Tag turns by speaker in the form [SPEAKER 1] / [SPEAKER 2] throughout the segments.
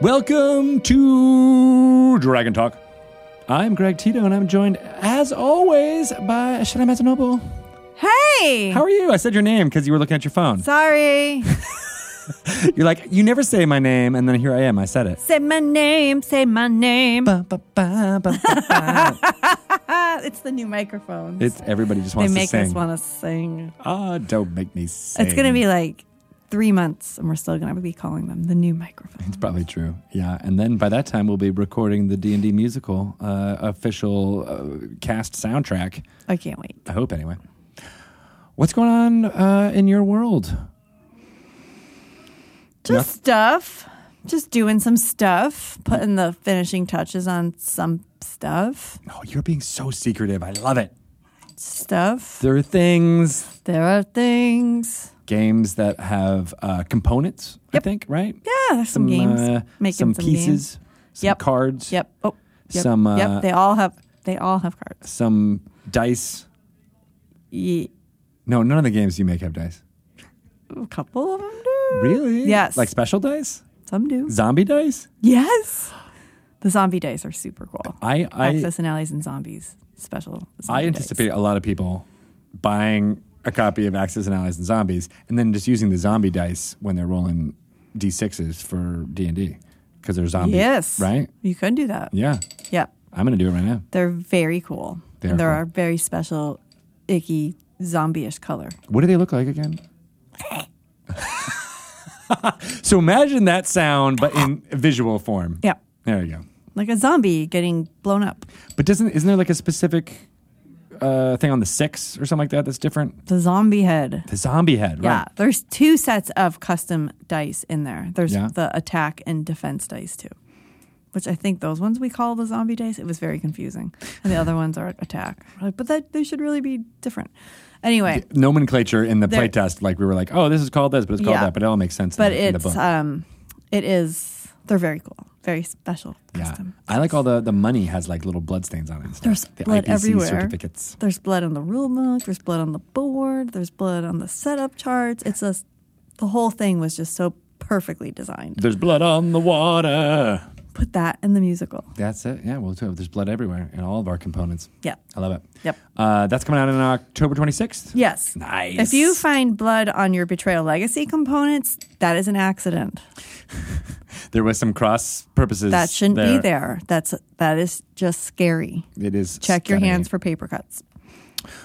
[SPEAKER 1] Welcome to Dragon Talk. I'm Greg Tito, and I'm joined, as always, by Shana Matsunobu.
[SPEAKER 2] Hey!
[SPEAKER 1] How are you? I said your name because you were looking at your phone.
[SPEAKER 2] Sorry.
[SPEAKER 1] You're like, you never say my name, and then here I am. I said it.
[SPEAKER 2] say my name, say my name.
[SPEAKER 1] Ba, ba, ba, ba, ba, ba.
[SPEAKER 2] Ah, it's the new microphones.
[SPEAKER 1] it's everybody just
[SPEAKER 2] they
[SPEAKER 1] wants to
[SPEAKER 2] make
[SPEAKER 1] sing.
[SPEAKER 2] us want to sing.
[SPEAKER 1] Ah, don't make me sing.
[SPEAKER 2] It's going to be like three months, and we're still going to be calling them the new microphones.
[SPEAKER 1] It's probably true. Yeah, and then by that time we'll be recording the D and D musical uh, official uh, cast soundtrack.
[SPEAKER 2] I can't wait.
[SPEAKER 1] I hope anyway. What's going on uh, in your world?
[SPEAKER 2] Just stuff. Just doing some stuff, putting the finishing touches on some stuff.
[SPEAKER 1] Oh, you're being so secretive. I love it.
[SPEAKER 2] Stuff.
[SPEAKER 1] There are things,
[SPEAKER 2] There are things.
[SPEAKER 1] games that have uh, components. I think right.
[SPEAKER 2] Yeah, there's some, games.
[SPEAKER 1] uh,
[SPEAKER 2] Making
[SPEAKER 1] some,
[SPEAKER 2] some,
[SPEAKER 1] pieces,
[SPEAKER 2] Games.
[SPEAKER 1] some
[SPEAKER 2] Yep.
[SPEAKER 1] cards,
[SPEAKER 2] Yep. Oh. Yep.
[SPEAKER 1] Some, uh,
[SPEAKER 2] yep. They all have. They all have cards.
[SPEAKER 1] some dice.
[SPEAKER 2] Ye-
[SPEAKER 1] No, none of the games you make have dice.
[SPEAKER 2] A couple of them do.
[SPEAKER 1] Really?
[SPEAKER 2] Yes.
[SPEAKER 1] Like special dice,
[SPEAKER 2] Some do.
[SPEAKER 1] zombie dice.
[SPEAKER 2] Yes. The zombie dice are super cool.
[SPEAKER 1] I I
[SPEAKER 2] Access and Allies and Zombies special. zombie
[SPEAKER 1] I
[SPEAKER 2] dice.
[SPEAKER 1] anticipate a lot of people buying a copy of Axis and Allies and Zombies, and then just using the zombie dice when they're rolling d sixes for D and D because they're zombies.
[SPEAKER 2] Yes.
[SPEAKER 1] right?
[SPEAKER 2] You could do that.
[SPEAKER 1] Yeah,
[SPEAKER 2] Yeah.
[SPEAKER 1] I'm gonna do it right now.
[SPEAKER 2] They're very cool.
[SPEAKER 1] They
[SPEAKER 2] and
[SPEAKER 1] are
[SPEAKER 2] there
[SPEAKER 1] cool.
[SPEAKER 2] are very special, icky, zombie-ish color.
[SPEAKER 1] What do they look like again? so imagine that sound, but in visual form.
[SPEAKER 2] Yeah.
[SPEAKER 1] There you go.
[SPEAKER 2] Like a zombie getting blown up.
[SPEAKER 1] But doesn't isn't there like a specific uh, thing on the six or something like that that's different?
[SPEAKER 2] The zombie head.
[SPEAKER 1] The zombie head,
[SPEAKER 2] Yeah.
[SPEAKER 1] right?
[SPEAKER 2] There's two sets of custom dice in there. There's
[SPEAKER 1] Yeah.
[SPEAKER 2] the attack and defense dice too. Which I think those ones we call the zombie dice. It was very confusing. And the other ones are attack. We're like, but that they should really be different. Anyway.
[SPEAKER 1] Nomenclature in the
[SPEAKER 2] There-
[SPEAKER 1] playtest, like we were like, oh, this is called this, but it's called
[SPEAKER 2] Yeah.
[SPEAKER 1] that, but it all makes sense.
[SPEAKER 2] but
[SPEAKER 1] in the, in the
[SPEAKER 2] it's
[SPEAKER 1] book.
[SPEAKER 2] um it is they're very cool very special custom
[SPEAKER 1] I like all the the money has like little blood stains on it. and stuff.
[SPEAKER 2] There's
[SPEAKER 1] the
[SPEAKER 2] blood
[SPEAKER 1] IPC
[SPEAKER 2] everywhere.
[SPEAKER 1] Certificates.
[SPEAKER 2] there's blood on the rule book there's blood on the board there's blood on the setup charts it's just the whole thing was just so perfectly designed
[SPEAKER 1] There's blood on the water.
[SPEAKER 2] put that in the musical
[SPEAKER 1] That's it. Yeah, well, too. There's blood everywhere in all of our components.
[SPEAKER 2] yeah
[SPEAKER 1] I love it.
[SPEAKER 2] Yep.
[SPEAKER 1] Uh, that's coming out on October 26th.
[SPEAKER 2] yes
[SPEAKER 1] Nice.
[SPEAKER 2] if you find blood on your betrayal legacy components that is an accident
[SPEAKER 1] there was some cross purposes.
[SPEAKER 2] that shouldn't be there that's that is just scary
[SPEAKER 1] It is.
[SPEAKER 2] check your
[SPEAKER 1] scary.
[SPEAKER 2] hands for paper cuts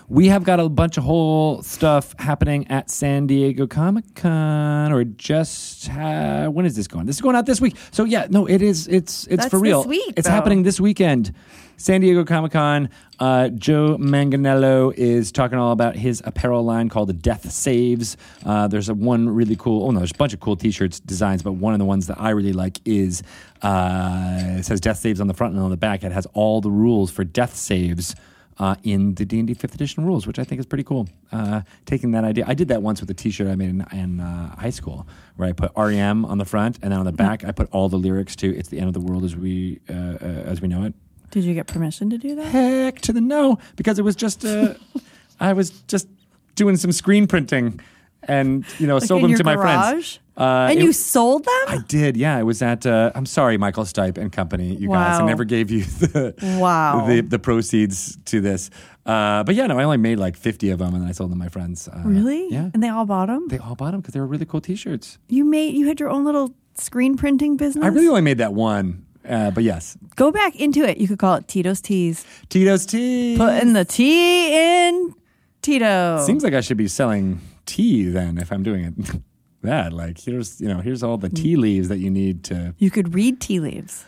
[SPEAKER 1] We have got a bunch of whole stuff happening at San Diego Comic Con, or just uh, when is this going? This is going out this week. So yeah, no, it is. It's it's
[SPEAKER 2] That's
[SPEAKER 1] for real.
[SPEAKER 2] this week,
[SPEAKER 1] it's
[SPEAKER 2] though.
[SPEAKER 1] happening this weekend. San Diego Comic Con. Uh, Joe Manganello is talking all about his apparel line called Death Saves. Uh, there's a one really cool. Oh no, there's a bunch of cool T-shirts designs, but one of the ones that I really like is uh, it says Death Saves on the front and on the back. It has all the rules for death saves uh, in the D and D fifth edition rules, which I think is pretty cool. Uh, taking that idea, I did that once with a T-shirt I made in, in uh, high school, where I put REM on the front, and then on the back I put all the lyrics to "It's the end of the world as we uh, uh, as we know it."
[SPEAKER 2] did you get permission to do that
[SPEAKER 1] Heck to the no, because it was just uh, I was just doing some screen printing, and you know sold
[SPEAKER 2] in
[SPEAKER 1] them
[SPEAKER 2] your
[SPEAKER 1] to my
[SPEAKER 2] garage?
[SPEAKER 1] friends. Uh,
[SPEAKER 2] and
[SPEAKER 1] it-
[SPEAKER 2] you sold them
[SPEAKER 1] I did, yeah. It was at. Uh, I'm sorry, Michael Stipe and company. You guys, I
[SPEAKER 2] Wow.
[SPEAKER 1] never gave you the
[SPEAKER 2] Wow.
[SPEAKER 1] the, the proceeds to this. Uh, but yeah, no, I only made like 50 of them, and then I sold them to my friends. Uh,
[SPEAKER 2] Really?
[SPEAKER 1] Yeah,
[SPEAKER 2] And they all bought them.
[SPEAKER 1] they all bought them because they were really cool T-shirts.
[SPEAKER 2] you made you had your own little screen printing business.
[SPEAKER 1] I really only made that one, uh, but yes,
[SPEAKER 2] Go back into it. You could call it Tito's Teas.
[SPEAKER 1] Tito's tea.
[SPEAKER 2] Putting the tea in Tito.
[SPEAKER 1] Seems like I should be selling tea then if I'm doing it. That like here's you know here's all the
[SPEAKER 2] Mm.
[SPEAKER 1] tea leaves that you need to
[SPEAKER 2] you could read tea leaves.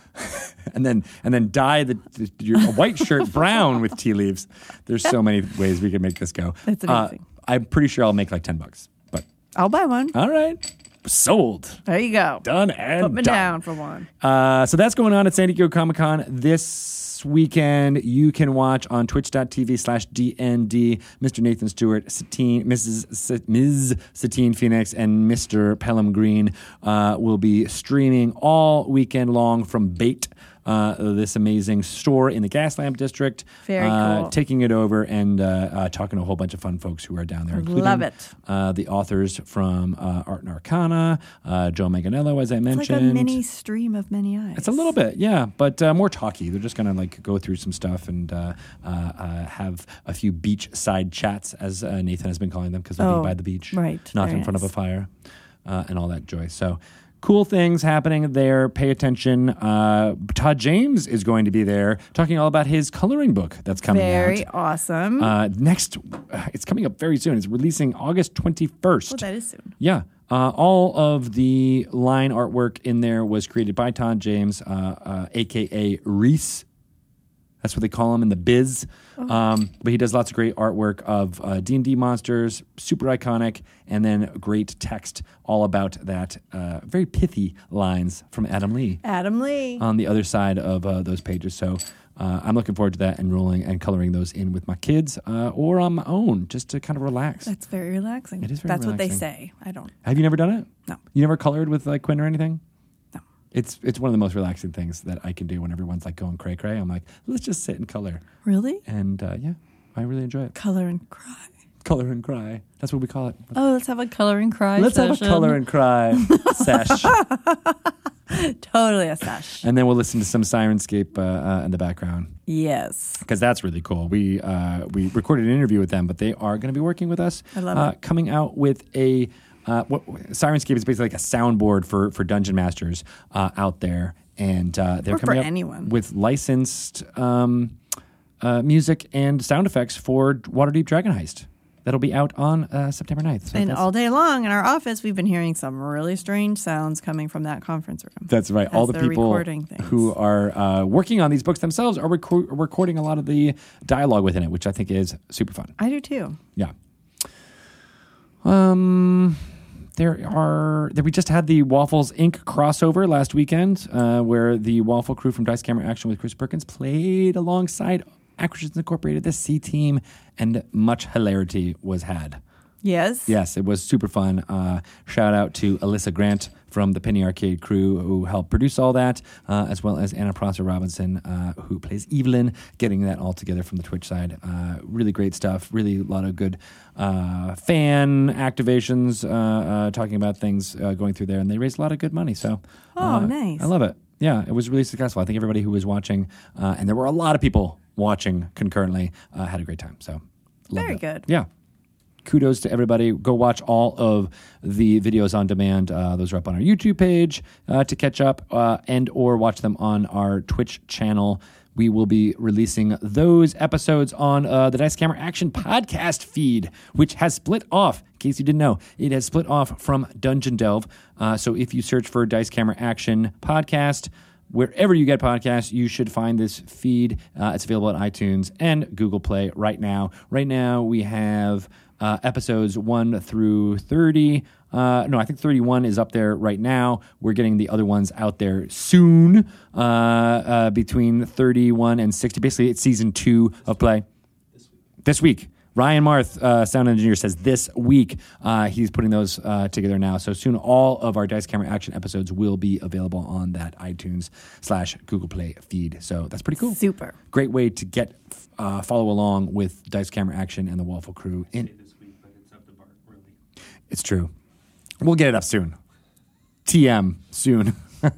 [SPEAKER 1] and then and then dye the, the your white shirt brown with tea leaves. There's so many ways we could make this go.
[SPEAKER 2] That's
[SPEAKER 1] Uh,
[SPEAKER 2] amazing.
[SPEAKER 1] I'm pretty sure I'll make like ten bucks. But
[SPEAKER 2] I'll buy one.
[SPEAKER 1] all right, sold,
[SPEAKER 2] There you go.
[SPEAKER 1] done, and
[SPEAKER 2] Put me
[SPEAKER 1] done.
[SPEAKER 2] down for one.
[SPEAKER 1] Uh, so that's going on at San Diego Comic Con this weekend. You can watch on twitch.tv slash DND Mr. Nathan Stewart, Satine, Mrs. Sa- Ms. Satine Phoenix, and Mr. Pelham Green uh, will be streaming all weekend long from Bait. uh, this amazing store in the Gas Lamp District.
[SPEAKER 3] Very
[SPEAKER 1] uh,
[SPEAKER 3] cool.
[SPEAKER 1] Taking it over and uh, uh, talking to a whole bunch of fun folks who are down there. including,
[SPEAKER 3] Love it.
[SPEAKER 1] Uh, the authors from uh, Art and Arcana, uh, Joe Manganello, as I
[SPEAKER 3] It's like a
[SPEAKER 1] mentioned.
[SPEAKER 3] mini stream of many eyes.
[SPEAKER 1] It's a little bit, yeah, but uh, more talky. They're just gonna like go through some stuff and uh, uh, uh, have a few beachside chats, as uh, Nathan has been calling them, because they'll
[SPEAKER 3] Oh,
[SPEAKER 1] be by the beach,
[SPEAKER 3] right.
[SPEAKER 1] Not
[SPEAKER 3] Very
[SPEAKER 1] in front of a
[SPEAKER 3] nice.
[SPEAKER 1] fire, uh, and all that joy. So. Cool things happening there. Pay attention. Uh, Todd James is going to be there talking all about his coloring book that's coming
[SPEAKER 3] very
[SPEAKER 1] out.
[SPEAKER 3] awesome.
[SPEAKER 1] Uh, next, it's coming up very soon. It's releasing August 21st.
[SPEAKER 3] well, that is soon.
[SPEAKER 1] Yeah. Uh, all of the line artwork in there was created by Todd James, uh, uh, aka Reese. That's what they call him in the biz. Um, but he does lots of great artwork of uh, D&D monsters, super iconic, and then great text all about that. Uh, very pithy lines from Adam Lee
[SPEAKER 3] Adam Lee.
[SPEAKER 1] on the other side of uh, those pages. So uh, I'm looking forward to that and rolling and coloring those in with my kids uh, or on my own just to kind of relax.
[SPEAKER 3] That's very relaxing.
[SPEAKER 1] It is very
[SPEAKER 3] That's what they
[SPEAKER 1] relaxing.
[SPEAKER 3] say. I don't.
[SPEAKER 1] Have you never done it?
[SPEAKER 3] No.
[SPEAKER 1] You never colored with like Quinn or anything?
[SPEAKER 3] No.
[SPEAKER 1] It's it's one of the most relaxing things that I can do when everyone's like going cray cray. I'm like, let's just sit and color,
[SPEAKER 3] Really?
[SPEAKER 1] and uh, yeah, I really enjoy it.
[SPEAKER 3] Color and cry.
[SPEAKER 1] Color and cry. That's what we call it.
[SPEAKER 3] Oh, let's have a color and cry.
[SPEAKER 1] let's have a
[SPEAKER 3] session.
[SPEAKER 1] color and cry sesh,
[SPEAKER 3] Totally a sesh.
[SPEAKER 1] and then we'll listen to some Sirenscape uh, uh, in the background.
[SPEAKER 3] Yes.
[SPEAKER 1] because that's really cool. We uh, we recorded an interview with them, but they are going to be working with us.
[SPEAKER 3] I love
[SPEAKER 1] uh, Coming out with a uh, what, Sirenscape is basically like a soundboard for for dungeon masters uh, out there, and uh, they're
[SPEAKER 3] Or for
[SPEAKER 1] coming up
[SPEAKER 3] anyone.
[SPEAKER 1] with licensed um, uh, music and sound effects for Waterdeep Dragon Heist. That'll be out on uh, September 9th. So
[SPEAKER 3] And
[SPEAKER 1] that's-
[SPEAKER 3] all day long in our office, we've been hearing some really strange sounds coming from that conference room.
[SPEAKER 1] That's right. All
[SPEAKER 3] as
[SPEAKER 1] the
[SPEAKER 3] they're
[SPEAKER 1] people
[SPEAKER 3] recording things.
[SPEAKER 1] who are uh, working on these books themselves are recor- recording a lot of the dialogue within it, which I think is super fun.
[SPEAKER 3] I do too.
[SPEAKER 1] Yeah. Um, there are there, we just had the Waffles Inc. crossover last weekend, uh, where the Waffle crew from Dice Camera Action with Chris Perkins played alongside Acquisitions Incorporated, the C Team, and much hilarity was had.
[SPEAKER 3] Yes.
[SPEAKER 1] Yes, it was super fun. Uh, shout out to Alyssa Grant from the Penny Arcade crew who helped produce all that, uh, as well as Anna Prosser Robinson, uh, who plays Evelyn, getting that all together from the Twitch side. Uh, really great stuff. Really a lot of good uh, fan activations, uh, uh, talking about things uh, going through there, and they raised a lot of good money. So,
[SPEAKER 3] Oh,
[SPEAKER 1] uh,
[SPEAKER 3] nice.
[SPEAKER 1] I love it. Yeah, it was really successful. I think everybody who was watching, uh, and there were a lot of people watching concurrently, uh, had a great time. So, loved
[SPEAKER 3] Very
[SPEAKER 1] it.
[SPEAKER 3] good.
[SPEAKER 1] Yeah. Kudos to everybody. Go watch all of the videos on demand. Uh, those are up on our YouTube page uh, to catch up, uh, and or watch them on our Twitch channel. We will be releasing those episodes on uh, the Dice Camera Action podcast feed, which has split off. In case you didn't know, it has split off from Dungeon Delve. Uh, so if you search for Dice Camera Action podcast, wherever you get podcasts, you should find this feed. Uh, it's available at iTunes and Google Play right now. Right now, we have uh, episodes 1 through 30. Uh, no, I think 31 is up there right now. We're getting the other ones out there soon, uh, uh, between 31 and 60. Basically, it's season two of play this week. Ryan Marth, uh, sound engineer, says this week uh, he's putting those uh, together now. So soon, all of our Dice Camera Action episodes will be available on that iTunes slash Google Play feed. So that's pretty cool.
[SPEAKER 3] Super.
[SPEAKER 1] Great way to get uh, follow along with Dice Camera Action and the Waffle Crew. In
[SPEAKER 4] this week, but it's up to Bart really.
[SPEAKER 1] it's true. We'll get it up soon. TM soon.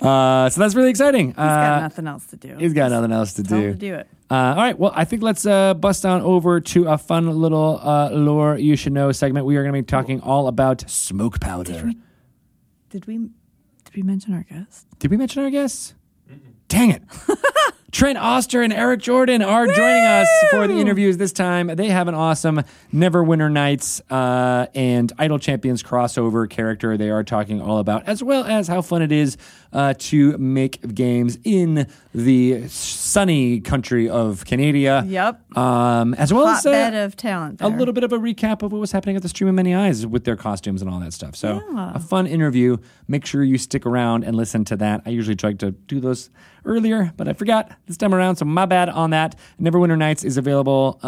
[SPEAKER 1] uh, so that's really exciting.
[SPEAKER 3] He's got
[SPEAKER 1] Uh,
[SPEAKER 3] nothing else to do.
[SPEAKER 1] he's got nothing else to
[SPEAKER 3] Tell him
[SPEAKER 1] do.
[SPEAKER 3] to do it.
[SPEAKER 1] Uh, all right. Well, I think let's uh, bust on over to a fun little uh, lore you should know segment. We are going to be talking all about smoke powder.
[SPEAKER 3] Did we? Did we mention our guest?
[SPEAKER 1] Did we mention our guests? Dang it. Trent Oster and Eric Jordan are joining us for the interviews this time. They have an awesome Never Winter Nights uh, and Idol Champions crossover character they are talking all about, as well as how fun it is uh, to make games in the sunny country of Canada.
[SPEAKER 3] Yep.
[SPEAKER 1] Um, as well as uh,
[SPEAKER 3] Hotbed of talent.
[SPEAKER 1] a
[SPEAKER 3] there.
[SPEAKER 1] little bit of a recap of what was happening at the Stream of Many Eyes with their costumes and all that stuff. So
[SPEAKER 3] Yeah.
[SPEAKER 1] a fun interview. Make sure you stick around and listen to that. I usually try to do those earlier, but I forgot this time around, so my bad on that. Neverwinter Nights is available uh,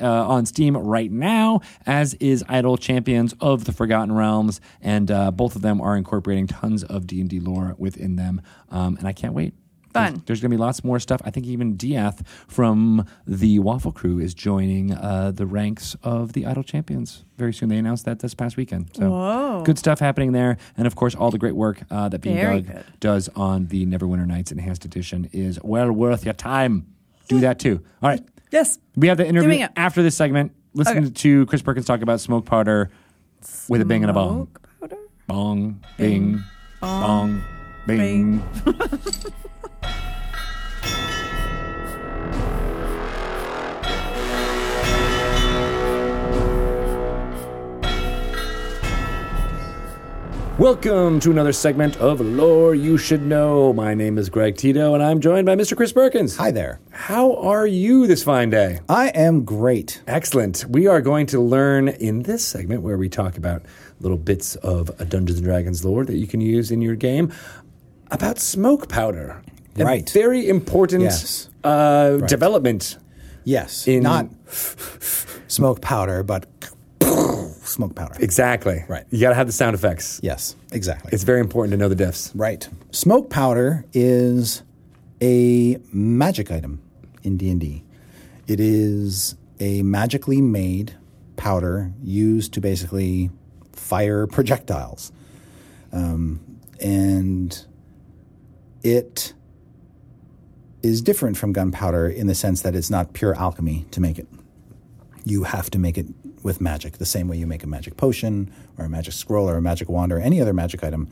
[SPEAKER 1] uh, on Steam right now, as is Idol Champions of the Forgotten Realms, and uh, both of them are incorporating tons of D and D lore within them, um, and I can't wait.
[SPEAKER 3] Fun.
[SPEAKER 1] There's- there's going to be lots more stuff. I think even Diath from the Waffle Crew is joining uh, the ranks of the Idol Champions very soon. They announced that this past weekend. So
[SPEAKER 3] Whoa.
[SPEAKER 1] good stuff happening there. And of course, all the great work uh, that Bean
[SPEAKER 3] Very
[SPEAKER 1] Doug
[SPEAKER 3] good.
[SPEAKER 1] does on the Neverwinter Nights Enhanced Edition is well worth your time. Do that too. All right.
[SPEAKER 3] Yes.
[SPEAKER 1] We have the
[SPEAKER 3] Doing
[SPEAKER 1] interview
[SPEAKER 3] it.
[SPEAKER 1] after this segment. Listen
[SPEAKER 3] Okay.
[SPEAKER 1] to Chris Perkins talk about smoke powder with a bing and a bong.
[SPEAKER 3] Smoke powder?
[SPEAKER 1] Bong, bing, bong, bing. Welcome to another segment of Lore You Should Know. My name is Greg Tito, and I'm joined by Mr. Chris Perkins.
[SPEAKER 5] Hi there.
[SPEAKER 1] How are you this fine day?
[SPEAKER 5] I am great.
[SPEAKER 1] Excellent. We are going to learn in this segment where we talk about little bits of a Dungeons and Dragons lore that you can use in your game about smoke powder. A
[SPEAKER 5] Right.
[SPEAKER 1] very important
[SPEAKER 5] Yes.
[SPEAKER 1] uh, development.
[SPEAKER 5] Yes.
[SPEAKER 1] In-
[SPEAKER 5] Not smoke powder, but smoke powder.
[SPEAKER 1] Exactly.
[SPEAKER 5] Right.
[SPEAKER 1] You got to have the sound effects.
[SPEAKER 5] yes, exactly.
[SPEAKER 1] It's very important to know the diffs.
[SPEAKER 5] right. Smoke powder is a magic item in D&D. It is a magically made powder used to basically fire projectiles. Um, and it is different from gunpowder in the sense that it's not pure alchemy to make it. You have to make it with magic, the same way you make a magic potion or a magic scroll or a magic wand or any other magic item.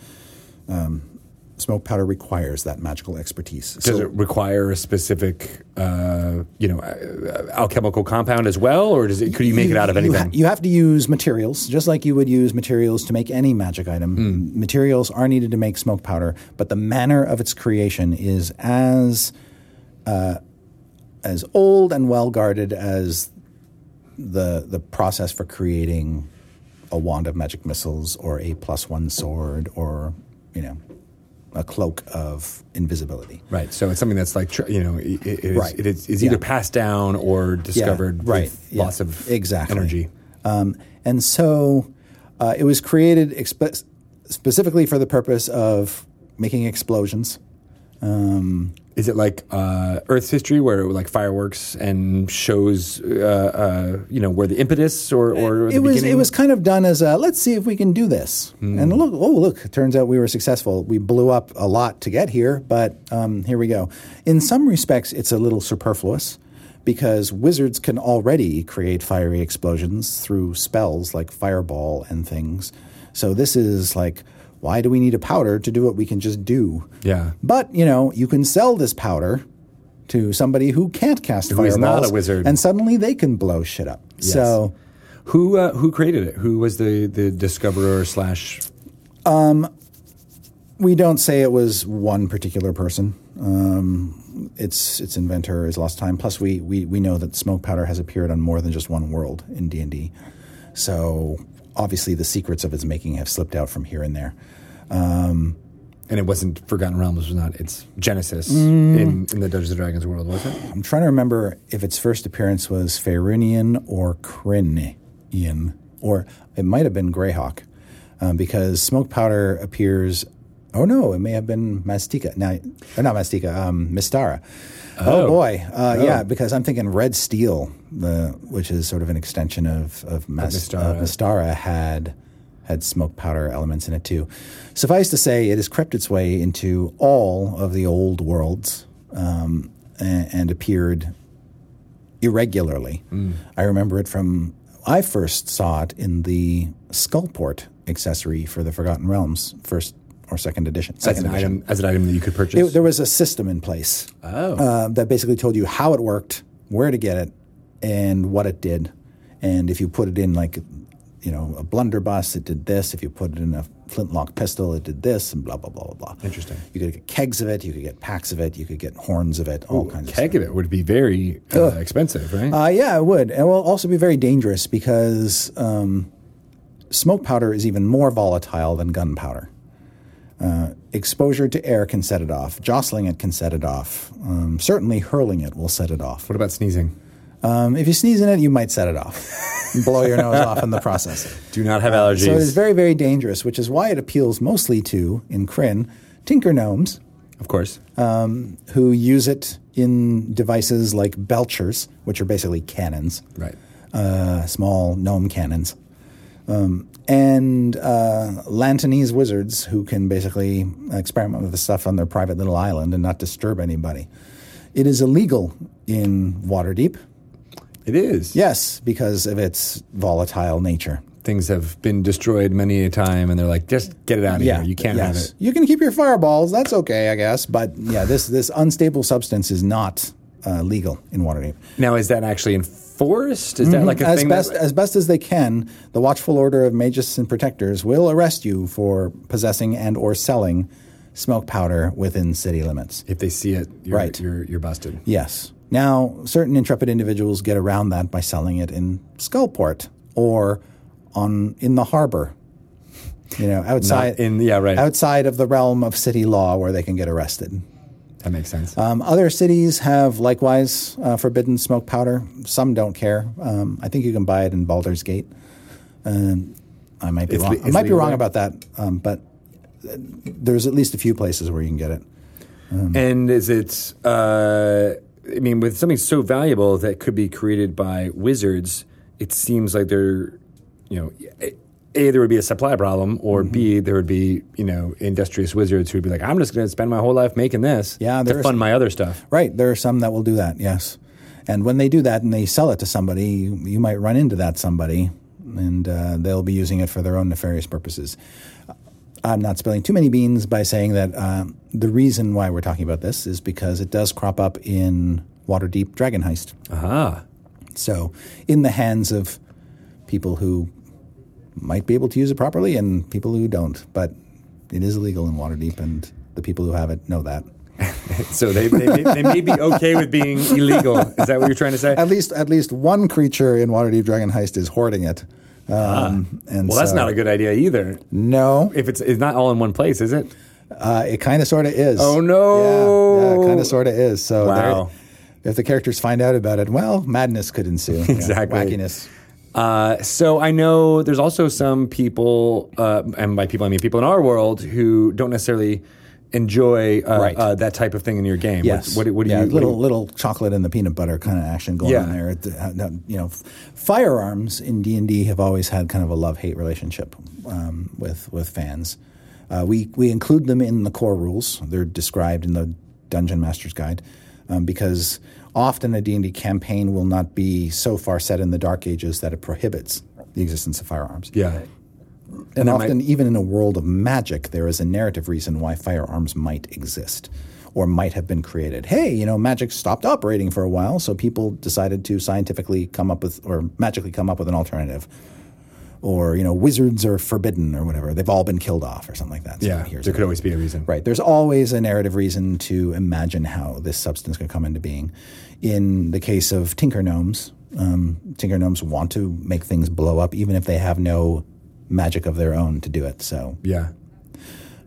[SPEAKER 5] Um, smoke powder requires that magical expertise.
[SPEAKER 1] Does it require a specific, uh, you know, uh, alchemical compound as well, or does it? Could you make it out of
[SPEAKER 5] you ha-
[SPEAKER 1] anything?
[SPEAKER 5] you have to use materials, just like you would use materials to make any magic item.
[SPEAKER 1] Hmm.
[SPEAKER 5] Materials are needed to make smoke powder, but the manner of its creation is as uh, as old and well guarded as the the process for creating a wand of magic missiles or a plus one sword or you know a cloak of invisibility.
[SPEAKER 1] Right. So it's something that's like, tr- you know, it, it is,
[SPEAKER 5] Right.
[SPEAKER 1] it is it's either
[SPEAKER 5] Yeah.
[SPEAKER 1] passed down or discovered
[SPEAKER 5] right,
[SPEAKER 1] with
[SPEAKER 5] yeah,
[SPEAKER 1] lots of
[SPEAKER 5] exactly.
[SPEAKER 1] energy.
[SPEAKER 5] Um, and so uh, it was created expe- specifically for the purpose of making explosions.
[SPEAKER 1] Is it like uh, Earth's history where like fireworks and shows, uh, uh, you know, where the impetus or, or the
[SPEAKER 5] Uh, It was
[SPEAKER 1] beginning? Hmm.
[SPEAKER 5] it was kind of done as a let's see if we can do this. And look, oh look, it turns out we were successful. We blew up a lot to get here, but um, here we go. In some respects, it's a little superfluous because wizards can already create fiery explosions through spells like fireball and things. So this is like, why do we need a powder to do what we can just do?
[SPEAKER 1] Yeah.
[SPEAKER 5] But you know, you can sell this powder to somebody who can't cast
[SPEAKER 1] Who is
[SPEAKER 5] fireballs,
[SPEAKER 1] not a wizard.
[SPEAKER 5] and suddenly they can blow shit up. So
[SPEAKER 1] Who uh, who created it? Who was the the discoverer slash?
[SPEAKER 5] we don't say it was one particular person. Um, its its inventor is lost time. Plus, we, we we know that smoke powder has appeared on more than just one world in D anD D. So obviously, the secrets of its making have slipped out from here and there.
[SPEAKER 1] And it wasn't Forgotten Realms. Was not its genesis
[SPEAKER 5] Mm.
[SPEAKER 1] in, in the Dungeons and Dragons world, was it?
[SPEAKER 5] I'm trying to remember if its first appearance was Faerunian or Crinian, or it might have been Greyhawk, um, because smoke powder appears. Oh no, it may have been Mastika. Now, or not Mastika, um, Mistara. Oh, boy, uh, yeah, because I'm thinking Red Steel, the which is sort of an extension of of Mas-
[SPEAKER 1] Mystara.
[SPEAKER 5] Of Mistara had had smoke powder elements in it too. Suffice to say, it has crept its way into all of the old worlds um, and, and appeared irregularly.
[SPEAKER 1] Mm.
[SPEAKER 5] I remember it from I first saw it in the Skullport accessory for the Forgotten Realms, first or second edition.
[SPEAKER 1] As
[SPEAKER 5] Second
[SPEAKER 1] an
[SPEAKER 5] edition.
[SPEAKER 1] item, as an item that you could purchase.
[SPEAKER 5] It- there was a system in place
[SPEAKER 1] Oh.
[SPEAKER 5] uh, that basically told you how it worked, where to get it, and what it did. And if you put it in like, you know, a blunderbuss, it did this. If you put it in a flintlock pistol, it did this, and blah blah blah blah blah.
[SPEAKER 1] Interesting.
[SPEAKER 5] You could get kegs of it. You could get packs of it. You could get horns of it. All kinds of stuff.
[SPEAKER 1] keg of it would be very uh, expensive, right?
[SPEAKER 5] Uh, yeah, it would. And it will also be very dangerous because um, smoke powder is even more volatile than gunpowder. Uh, exposure to air can set it off. Jostling it can set it off. Um, certainly, hurling it will set it off.
[SPEAKER 1] What about sneezing?
[SPEAKER 5] Um, if you sneeze in it, you might set it off. Blow your nose off in the process.
[SPEAKER 1] Do not have allergies.
[SPEAKER 5] Uh, So it is very, very dangerous, which is why it appeals mostly to, in Kryn, tinker gnomes
[SPEAKER 1] of course.
[SPEAKER 5] Uh, who use it in devices like belchers, which are basically cannons,
[SPEAKER 1] right.
[SPEAKER 5] uh, small gnome cannons, um, and uh, Lantanese wizards who can basically experiment with the stuff on their private little island and not disturb anybody. It is illegal in Waterdeep,
[SPEAKER 1] It is.
[SPEAKER 5] yes, because of its volatile nature.
[SPEAKER 1] Things have been destroyed many a time, and they're like, just get it out of here. You can't have
[SPEAKER 5] yes.
[SPEAKER 1] it.
[SPEAKER 5] You can keep your fireballs. That's okay, I guess. But yeah, this this unstable substance is not uh, legal in Waterdeep.
[SPEAKER 1] Now, is that actually enforced? Is that like a
[SPEAKER 5] Mm-hmm. as
[SPEAKER 1] thing?
[SPEAKER 5] best
[SPEAKER 1] that,
[SPEAKER 5] as best as they can, the Watchful Order of Magus and Protectors will arrest you for possessing and or selling smoke powder within city limits.
[SPEAKER 1] if they see it, you're,
[SPEAKER 5] Right.
[SPEAKER 1] you're, you're busted.
[SPEAKER 5] Yes. Now, certain intrepid individuals get around that by selling it in Skullport or on in the harbor. You know, outside
[SPEAKER 1] in- yeah, right.
[SPEAKER 5] outside of the realm of city law where they can get arrested.
[SPEAKER 1] That makes sense.
[SPEAKER 5] Um, other cities have likewise uh, forbidden smoke powder. Some don't care. Um, I think you can buy it in Baldur's Gate. Um, I might be
[SPEAKER 1] It's
[SPEAKER 5] wrong.
[SPEAKER 1] le-
[SPEAKER 5] I
[SPEAKER 1] it's
[SPEAKER 5] might be
[SPEAKER 1] legal
[SPEAKER 5] wrong
[SPEAKER 1] there?
[SPEAKER 5] about that, um, but uh, there's at least a few places where you can get it.
[SPEAKER 1] and is it? Uh, I mean, with something so valuable that could be created by wizards, it seems like they're, you know, a there would be a supply problem, or b
[SPEAKER 5] Mm-hmm.
[SPEAKER 1] there would be you know industrious wizards who'd be like, I'm just going to spend my whole life making this,
[SPEAKER 5] Yeah, there
[SPEAKER 1] to
[SPEAKER 5] is-
[SPEAKER 1] fund my other stuff.
[SPEAKER 5] Right. There are some that will do that. Yes. And when they do that and they sell it to somebody, you, you might run into that somebody, and uh, they'll be using it for their own nefarious purposes. I'm not spilling too many beans by saying that um, the reason why we're talking about this is because it does crop up in Waterdeep Dragon Heist. Uh-huh.
[SPEAKER 1] Ah,
[SPEAKER 5] So, in the hands of people who might be able to use it properly and people who don't, but it is illegal in Waterdeep, and the people who have it know that.
[SPEAKER 1] so they they, may, they may be okay with being illegal. Is that what you're trying to say?
[SPEAKER 5] At least, at least one creature in Waterdeep Dragon Heist is hoarding it. Um, and
[SPEAKER 1] Ah. Well, that's
[SPEAKER 5] so-
[SPEAKER 1] not a good idea either.
[SPEAKER 5] No,
[SPEAKER 1] If it's it's not all in one place, is it?
[SPEAKER 5] uh, it kind of sort of is.
[SPEAKER 1] Oh, no.
[SPEAKER 5] Yeah, yeah kind of sort of is. So
[SPEAKER 1] Wow.
[SPEAKER 5] there- if the characters find out about it, well, madness could ensue. Yeah,
[SPEAKER 1] Exactly.
[SPEAKER 5] wackiness.
[SPEAKER 1] Uh, so I know there's also some people, uh, and by people I mean people in our world who don't necessarily enjoy uh,
[SPEAKER 5] Right.
[SPEAKER 1] uh, that type of thing in your game.
[SPEAKER 5] Yes.
[SPEAKER 1] What, what, do
[SPEAKER 5] yeah,
[SPEAKER 1] you? what do
[SPEAKER 5] Little
[SPEAKER 1] you-
[SPEAKER 5] little chocolate and the peanut butter kind of action going
[SPEAKER 1] Yeah.
[SPEAKER 5] on there. It, uh, no, You know, f- firearms in D anD D have always had kind of a love hate relationship um, with with fans. Uh, we we include them in the core rules. They're described in the Dungeon Master's Guide um, because often a D anD D campaign will not be so far set in the Dark Ages that it prohibits the existence of firearms.
[SPEAKER 1] yeah.
[SPEAKER 5] And
[SPEAKER 1] that might-
[SPEAKER 5] often, even in a world of magic, there is a narrative reason why firearms might exist or might have been created. Hey, you know, magic stopped operating for a while, so people decided to scientifically come up with or magically come up with an alternative. Or, you know, wizards are forbidden or whatever. They've all been killed off or something like that. So
[SPEAKER 1] Yeah.
[SPEAKER 5] here's
[SPEAKER 1] There
[SPEAKER 5] a-
[SPEAKER 1] could always be a reason.
[SPEAKER 5] Right. There's always a narrative reason to imagine how this substance could come into being. In the case of Tinker Gnomes, um, Tinker Gnomes want to make things blow up even if they have no magic of their own to do it. So,
[SPEAKER 1] Yeah.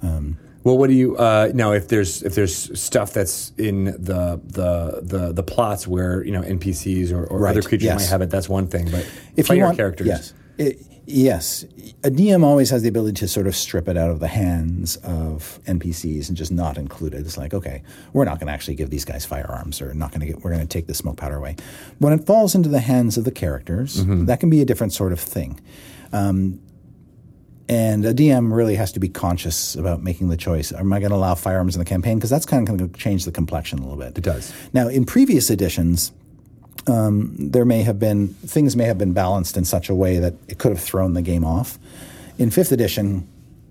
[SPEAKER 5] Um,
[SPEAKER 1] well, what do you uh, now? If there's if there's stuff that's in the the the, the plots where you know NPCs or, or
[SPEAKER 5] Right,
[SPEAKER 1] other creatures
[SPEAKER 5] yes.
[SPEAKER 1] might have it, that's one thing. But
[SPEAKER 5] if
[SPEAKER 1] player
[SPEAKER 5] you want
[SPEAKER 1] characters,
[SPEAKER 5] yes, It- yes, a DM always has the ability to sort of strip it out of the hands of NPCs and just not include it. It's like, okay, we're not going to actually give these guys firearms, or not going to get. We're going to take the smoke powder away. When it falls into the hands of the characters,
[SPEAKER 1] Mm-hmm.
[SPEAKER 5] that can be a different sort of thing. And a DM really has to be conscious about making the choice. Am I going to allow firearms in the campaign? Because that's kind of going to change the complexion a little bit. It
[SPEAKER 1] does.
[SPEAKER 5] Now, in previous editions, um, there may have been things may have been balanced in such a way that it could have thrown the game off. In fifth edition,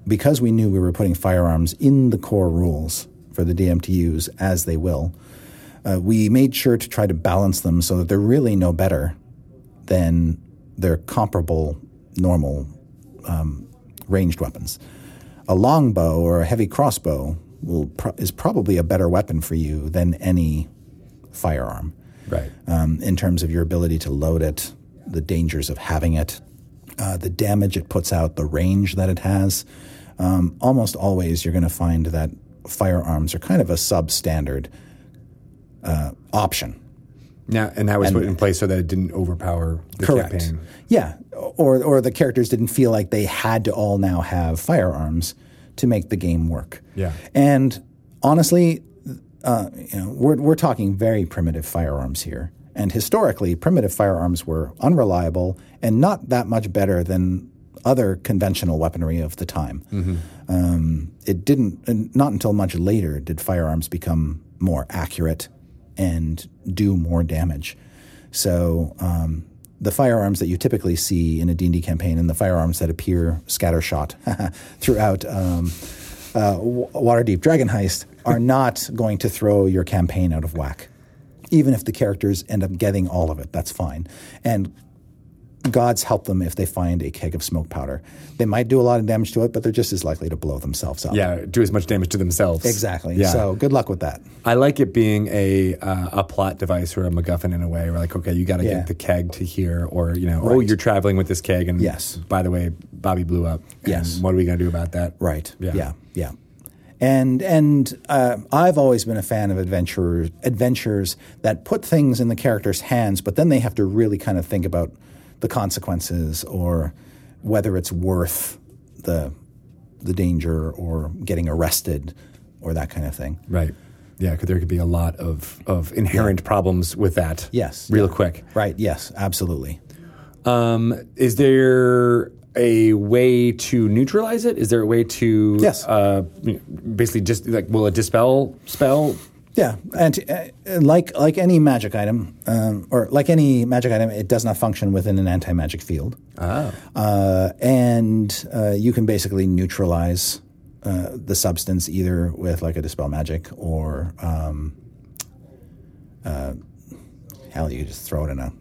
[SPEAKER 5] because we knew we were putting firearms in the core rules for the DM to use as they will, uh, we made sure to try to balance them so that they're really no better than their comparable normal ranged weapons. A longbow or a heavy crossbow will pro- is probably a better weapon for you than any firearm
[SPEAKER 1] right?
[SPEAKER 5] um, in terms of your ability to load it, the dangers of having it, uh, the damage it puts out, the range that it has. um, almost always you're going to find that firearms are kind of a substandard uh, option.
[SPEAKER 1] Now, and that was put in place so that it didn't overpower the campaign.
[SPEAKER 5] Yeah, or or the characters didn't feel like they had to all now have firearms to make the game work.
[SPEAKER 1] Yeah.
[SPEAKER 5] and honestly, uh, you know, we're we're talking very primitive firearms here, and historically, primitive firearms were unreliable and not that much better than other conventional weaponry of the time. Um, it didn't. and Not until much later did firearms become more accurate and do more damage. So um, the firearms that you typically see in a D&D campaign and the firearms that appear scattershot throughout um, uh, W- Waterdeep Dragon Heist are not going to throw your campaign out of whack. Even if the characters end up getting all of it, that's fine. And God's help them if they find a keg of smoke powder. They might do a lot of damage to it, but they're just as likely to blow themselves up.
[SPEAKER 1] Yeah, do as much damage to themselves.
[SPEAKER 5] Exactly.
[SPEAKER 1] Yeah.
[SPEAKER 5] So good luck with that.
[SPEAKER 1] I like it being a uh, a plot device or a MacGuffin in a way. Where like, okay, you got to
[SPEAKER 5] Yeah.
[SPEAKER 1] get the keg to here, or you know, oh, you're traveling with this keg, and
[SPEAKER 5] Yes.
[SPEAKER 1] by the way, Bobby blew up. and
[SPEAKER 5] Yes.
[SPEAKER 1] what are we gonna do about that?
[SPEAKER 5] Right.
[SPEAKER 1] Yeah.
[SPEAKER 5] Yeah. yeah. And and uh, I've always been a fan of adventurers adventures that put things in the characters' hands, but then they have to really kind of think about the consequences or whether it's worth the the danger or getting arrested or that kind of thing.
[SPEAKER 1] Right. Yeah, because there could be a lot of of inherent problems with that.
[SPEAKER 5] Yes.
[SPEAKER 1] Real
[SPEAKER 5] Yeah.
[SPEAKER 1] quick.
[SPEAKER 5] Right. Yes. Absolutely.
[SPEAKER 1] Um, is there a way to neutralize it? Is there a way to
[SPEAKER 5] Yes.
[SPEAKER 1] uh, basically just like will it dispel spell?
[SPEAKER 5] Yeah, and uh, like like any magic item, um, or like any magic item, it does not function within an anti-magic field. Oh. Uh, and uh, you can basically neutralize uh, the substance either with like a dispel magic or um, uh, hell, you could just throw it in a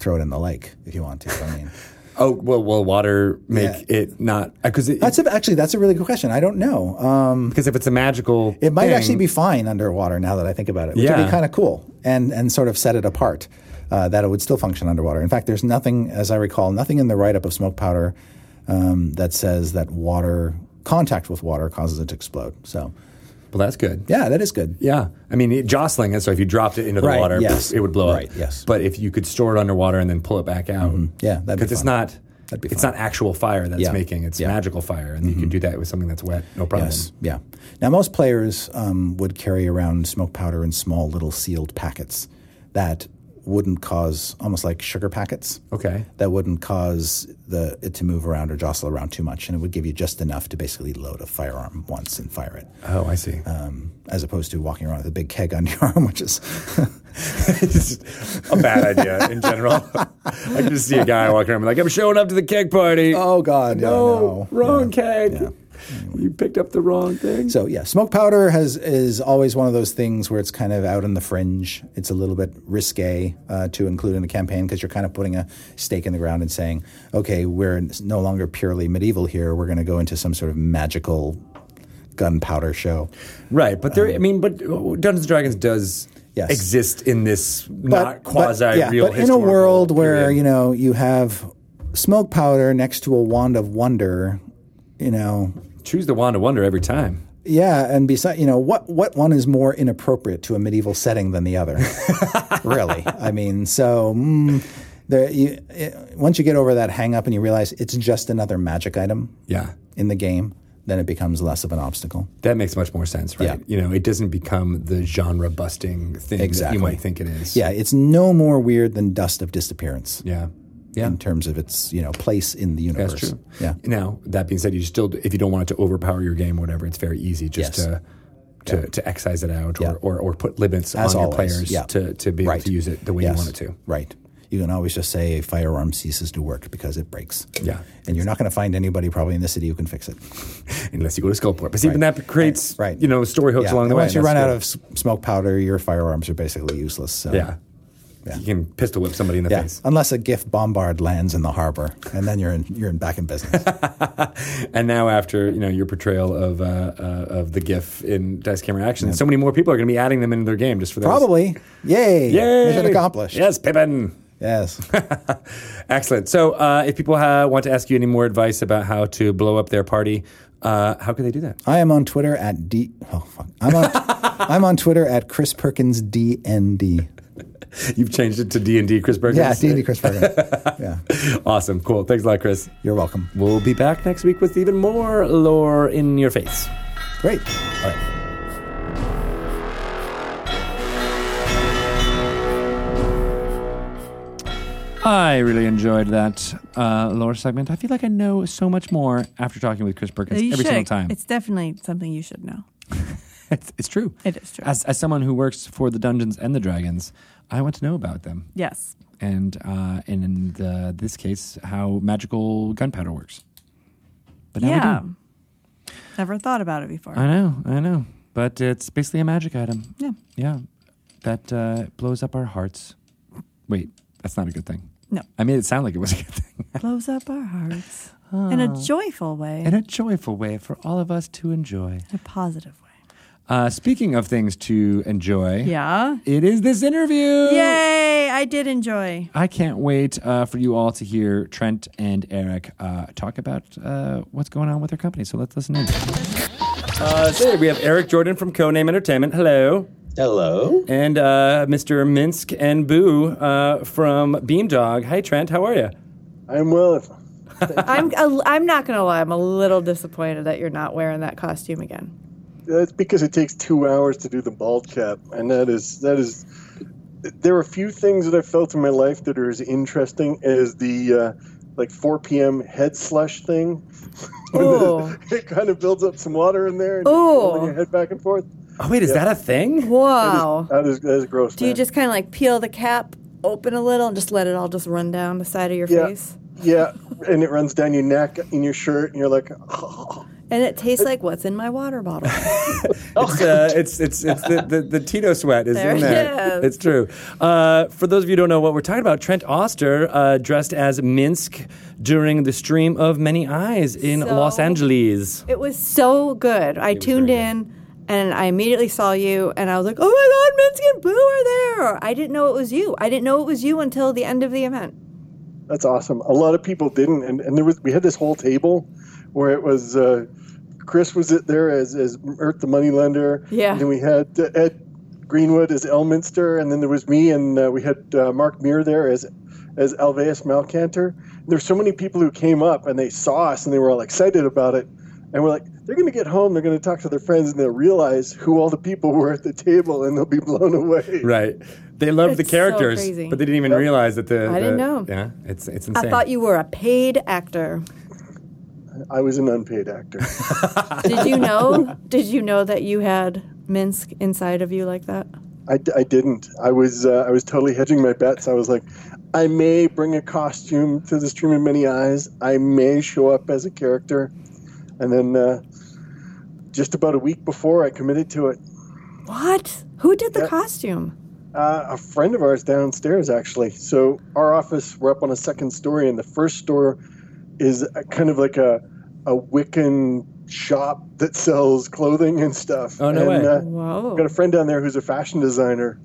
[SPEAKER 5] throw it in the lake if you want to. I mean.
[SPEAKER 1] Oh well, will water make
[SPEAKER 5] Yeah.
[SPEAKER 1] it not? Because
[SPEAKER 5] That's a, actually that's a really good question. I don't know. Um,
[SPEAKER 1] because if it's a magical,
[SPEAKER 5] it might
[SPEAKER 1] thing-
[SPEAKER 5] actually be fine underwater now that I think about it, which would
[SPEAKER 1] Yeah.
[SPEAKER 5] be kind of cool and, and sort of set it apart uh, that it would still function underwater. In fact, there's nothing, as I recall, nothing in the write up of smoke powder um, that says that water contact with water causes it to explode. So,
[SPEAKER 1] Well, that's good.
[SPEAKER 5] yeah, that is good.
[SPEAKER 1] Yeah, I mean it, jostling it. So if you dropped it into the
[SPEAKER 5] Right,
[SPEAKER 1] water,
[SPEAKER 5] yes.
[SPEAKER 1] it would blow
[SPEAKER 5] Right,
[SPEAKER 1] up.
[SPEAKER 5] yes. Mm-hmm.
[SPEAKER 1] But if you could store it underwater and then pull it back out,
[SPEAKER 5] Yeah, that'd be
[SPEAKER 1] because it's
[SPEAKER 5] fun.
[SPEAKER 1] not
[SPEAKER 5] That'd be
[SPEAKER 1] it's
[SPEAKER 5] fun.
[SPEAKER 1] not actual fire that's
[SPEAKER 5] Yeah.
[SPEAKER 1] making it's
[SPEAKER 5] Yeah. Mm-hmm.
[SPEAKER 1] magical fire, and you can do that with something that's wet, no problem.
[SPEAKER 5] Yes, yeah. Now, most players um, would carry around smoke powder in small little sealed packets that wouldn't cause almost like sugar packets.
[SPEAKER 1] Okay.
[SPEAKER 5] that wouldn't cause the it to move around or jostle around too much, and it would give you just enough to basically load a firearm once and fire it,
[SPEAKER 1] Oh, I see.
[SPEAKER 5] um, as opposed to walking around with a big keg on your arm, which is
[SPEAKER 1] It's just a bad idea in general. I just see a guy walking around like, I'm showing up to the keg party.
[SPEAKER 5] oh god,
[SPEAKER 1] no, wrong keg.
[SPEAKER 5] Yeah.
[SPEAKER 1] You picked up the wrong thing.
[SPEAKER 5] So yeah, smoke powder has is always one of those things where it's kind of out on the fringe. It's a little bit risque uh, to include in a campaign because you're kind of putting a stake in the ground and saying, okay, we're no longer purely medieval here. We're going to go into some sort of magical gunpowder show.
[SPEAKER 1] Right, but there. I mean, but uh, Dungeons and Dragons does
[SPEAKER 5] Yes.
[SPEAKER 1] exist in this not quasi
[SPEAKER 5] but, yeah,
[SPEAKER 1] real.
[SPEAKER 5] but in a world where you know you have smoke powder next to a wand of wonder you know
[SPEAKER 1] choose the wand of wonder every time.
[SPEAKER 5] yeah and beside you know what what one is more inappropriate to a medieval setting than the other really i mean so mm, there you, it, once you get over that hang up and you realize it's just another magic item
[SPEAKER 1] Yeah,
[SPEAKER 5] in the game then it becomes less of an obstacle
[SPEAKER 1] that makes much more sense, right?
[SPEAKER 5] Yeah.
[SPEAKER 1] You know, it doesn't become the genre busting thing that
[SPEAKER 5] Exactly.
[SPEAKER 1] you might think it is.
[SPEAKER 5] yeah it's no more weird than dust of disappearance
[SPEAKER 1] yeah, yeah.
[SPEAKER 5] in terms of its you know place in the universe
[SPEAKER 1] That's true.
[SPEAKER 5] yeah
[SPEAKER 1] Now that being said, you still, if you don't want it to overpower your game, or whatever, it's very easy just
[SPEAKER 5] Yes.
[SPEAKER 1] to. To, to excise it out or,
[SPEAKER 5] Yeah.
[SPEAKER 1] or, or put limits
[SPEAKER 5] As
[SPEAKER 1] on
[SPEAKER 5] always,
[SPEAKER 1] your players
[SPEAKER 5] yeah.
[SPEAKER 1] to, to be able
[SPEAKER 5] Right.
[SPEAKER 1] to use it the way you
[SPEAKER 5] Yes.
[SPEAKER 1] want it to.
[SPEAKER 5] Right. You can always just say a firearm ceases to work because it breaks.
[SPEAKER 1] Yeah.
[SPEAKER 5] And you're not going to find anybody probably in the city who can fix it.
[SPEAKER 1] Unless you go to Skullport. But see, even that creates
[SPEAKER 5] Right.
[SPEAKER 1] you know story hooks
[SPEAKER 5] Yeah.
[SPEAKER 1] along the
[SPEAKER 5] and
[SPEAKER 1] way.
[SPEAKER 5] Once you
[SPEAKER 1] That's
[SPEAKER 5] run out
[SPEAKER 1] good.
[SPEAKER 5] of s- smoke powder, your firearms are basically useless. So.
[SPEAKER 1] Yeah.
[SPEAKER 5] Yeah.
[SPEAKER 1] You can pistol whip somebody in the
[SPEAKER 5] Yeah.
[SPEAKER 1] face.
[SPEAKER 5] Unless a gift bombard lands in the harbor, and then you're in, you're in back in business.
[SPEAKER 1] And now after, you know, your portrayal of uh, uh, of the GIF in Dice Camera Action, so many more people are going to be adding them into their game just for those.
[SPEAKER 5] probably. Yay.
[SPEAKER 1] Yay!
[SPEAKER 5] Mission accomplished.
[SPEAKER 1] Yes, Pippin.
[SPEAKER 5] Yes.
[SPEAKER 1] Excellent. So uh, if people uh, want to ask you any more advice about how to blow up their party,
[SPEAKER 6] Uh, how could they do that?
[SPEAKER 5] I am on Twitter at D. Oh fuck! I'm on. I'm on Twitter at Chris Perkins DND.
[SPEAKER 6] You've changed it to D and D, Chris Burgess.
[SPEAKER 5] Yeah, DND Chris Perkins. yeah,
[SPEAKER 6] Awesome, cool. Thanks a lot, Chris.
[SPEAKER 5] you're welcome.
[SPEAKER 6] We'll be back next week with even more lore in your face.
[SPEAKER 5] Great.
[SPEAKER 6] All right.
[SPEAKER 1] I really enjoyed that uh, lore segment. I feel like I know so much more after talking with Chris Perkins
[SPEAKER 2] You
[SPEAKER 1] every
[SPEAKER 2] should.
[SPEAKER 1] single time.
[SPEAKER 2] It's definitely something you should know.
[SPEAKER 1] It's, it's true.
[SPEAKER 2] It is true.
[SPEAKER 1] As, as someone who works for the Dungeons and the Dragons, I want to know about them.
[SPEAKER 2] yes.
[SPEAKER 1] and uh, and in the, this case, how magical gunpowder works. But now we
[SPEAKER 2] yeah.
[SPEAKER 1] do.
[SPEAKER 2] Never thought about it before.
[SPEAKER 1] I know, I know. But it's basically a magic item.
[SPEAKER 2] Yeah.
[SPEAKER 1] Yeah, that uh, blows up our hearts. Wait, that's not a good thing.
[SPEAKER 2] No.
[SPEAKER 1] I made it sound like it was a good thing
[SPEAKER 2] Blows up our hearts in a joyful way,
[SPEAKER 1] in a joyful way for all of us to enjoy.
[SPEAKER 2] in a positive way.
[SPEAKER 1] Uh, speaking of things to enjoy,
[SPEAKER 2] Yeah.
[SPEAKER 1] it is this interview.
[SPEAKER 2] Yay! I did enjoy.
[SPEAKER 1] I can't wait uh, for you all to hear Trent and Eric uh, talk about uh, what's going on with their company. So let's listen in.
[SPEAKER 6] Uh, so we have Eric Jordan from Codename Entertainment. Hello.
[SPEAKER 7] Hello.
[SPEAKER 6] And uh, Mr. Minsk and Boo uh, from Beamdog. Hi, Trent. How are you?
[SPEAKER 7] I'm Will.
[SPEAKER 2] I'm a- I'm not gonna lie. I'm a little disappointed that you're not wearing that costume again.
[SPEAKER 7] That's because it takes two hours to do the bald cap, and that is that is. There are few things that I've felt in my life that are as interesting as the uh, like 4 p.m. head slush thing.
[SPEAKER 2] Ooh,
[SPEAKER 7] It kind of builds up some water in there and
[SPEAKER 2] Ooh.
[SPEAKER 7] rolling your head back and forth.
[SPEAKER 6] Oh, wait, is that a thing?
[SPEAKER 2] wow!
[SPEAKER 7] That is that is gross.
[SPEAKER 2] Oh. Do you
[SPEAKER 7] man.
[SPEAKER 2] just kind of like peel the cap open a little and just let it all just run down the side of your
[SPEAKER 7] Yeah.
[SPEAKER 2] face?
[SPEAKER 7] yeah, and it runs down your neck in your shirt, and you're like,
[SPEAKER 2] And it tastes like what's in my water bottle.
[SPEAKER 6] It's, uh, it's, it's, it's the, the, the Tito sweat is
[SPEAKER 2] There
[SPEAKER 6] in
[SPEAKER 2] it
[SPEAKER 6] there.
[SPEAKER 2] is.
[SPEAKER 6] It's true. Uh, for those of you who don't know what we're talking about, Trent Oster uh, dressed as Minsk during the stream of Many Eyes in
[SPEAKER 2] So-
[SPEAKER 6] Los Angeles.
[SPEAKER 2] It was so good. I tuned
[SPEAKER 6] very
[SPEAKER 2] in and I immediately saw you and I was like, oh my God, Minsk and Boo are there. I didn't know it was you. I didn't know it was you until the end of the event.
[SPEAKER 7] That's awesome. A lot of people didn't, and, and there was we had this whole table where it was uh, Chris was it there as as Ert the Moneylender.
[SPEAKER 2] Yeah.
[SPEAKER 7] And then we had uh, Ed Greenwood as Elminster, and then there was me, and uh, we had uh, Mark Muir there as as Alveus Malcantor. There's so many people who came up and they saw us and they were all excited about it. And we're like, they're going to get home, they're going to talk to their friends, and they'll realize who all the people were at the table, and they'll be blown away.
[SPEAKER 6] Right. They loved the
[SPEAKER 2] It's so
[SPEAKER 6] characters,
[SPEAKER 2] crazy.
[SPEAKER 6] but they didn't even realize that the.
[SPEAKER 2] I didn't
[SPEAKER 6] the-
[SPEAKER 2] know.
[SPEAKER 6] Yeah, it's, it's
[SPEAKER 2] I
[SPEAKER 6] insane.
[SPEAKER 2] thought you were a paid actor.
[SPEAKER 7] I was an unpaid actor.
[SPEAKER 2] Did you know? did you know that you had Minsk inside of you like that?
[SPEAKER 7] I, d- I didn't. I was uh, I was totally hedging my bets. I was like, I may bring a costume to the stream of many eyes. I may show up as a character, and then uh, just about a week before I committed to it,
[SPEAKER 2] What? Who did the
[SPEAKER 7] Yeah.
[SPEAKER 2] costume?
[SPEAKER 7] uh, a friend of ours downstairs actually. So our office we're up on a second story, and the first store is a, kind of like a a Wiccan shop that sells clothing and stuff.
[SPEAKER 6] Oh, no
[SPEAKER 7] and,
[SPEAKER 6] way.
[SPEAKER 7] Uh, I've got
[SPEAKER 2] Whoa.
[SPEAKER 7] a friend down there who's a fashion designer,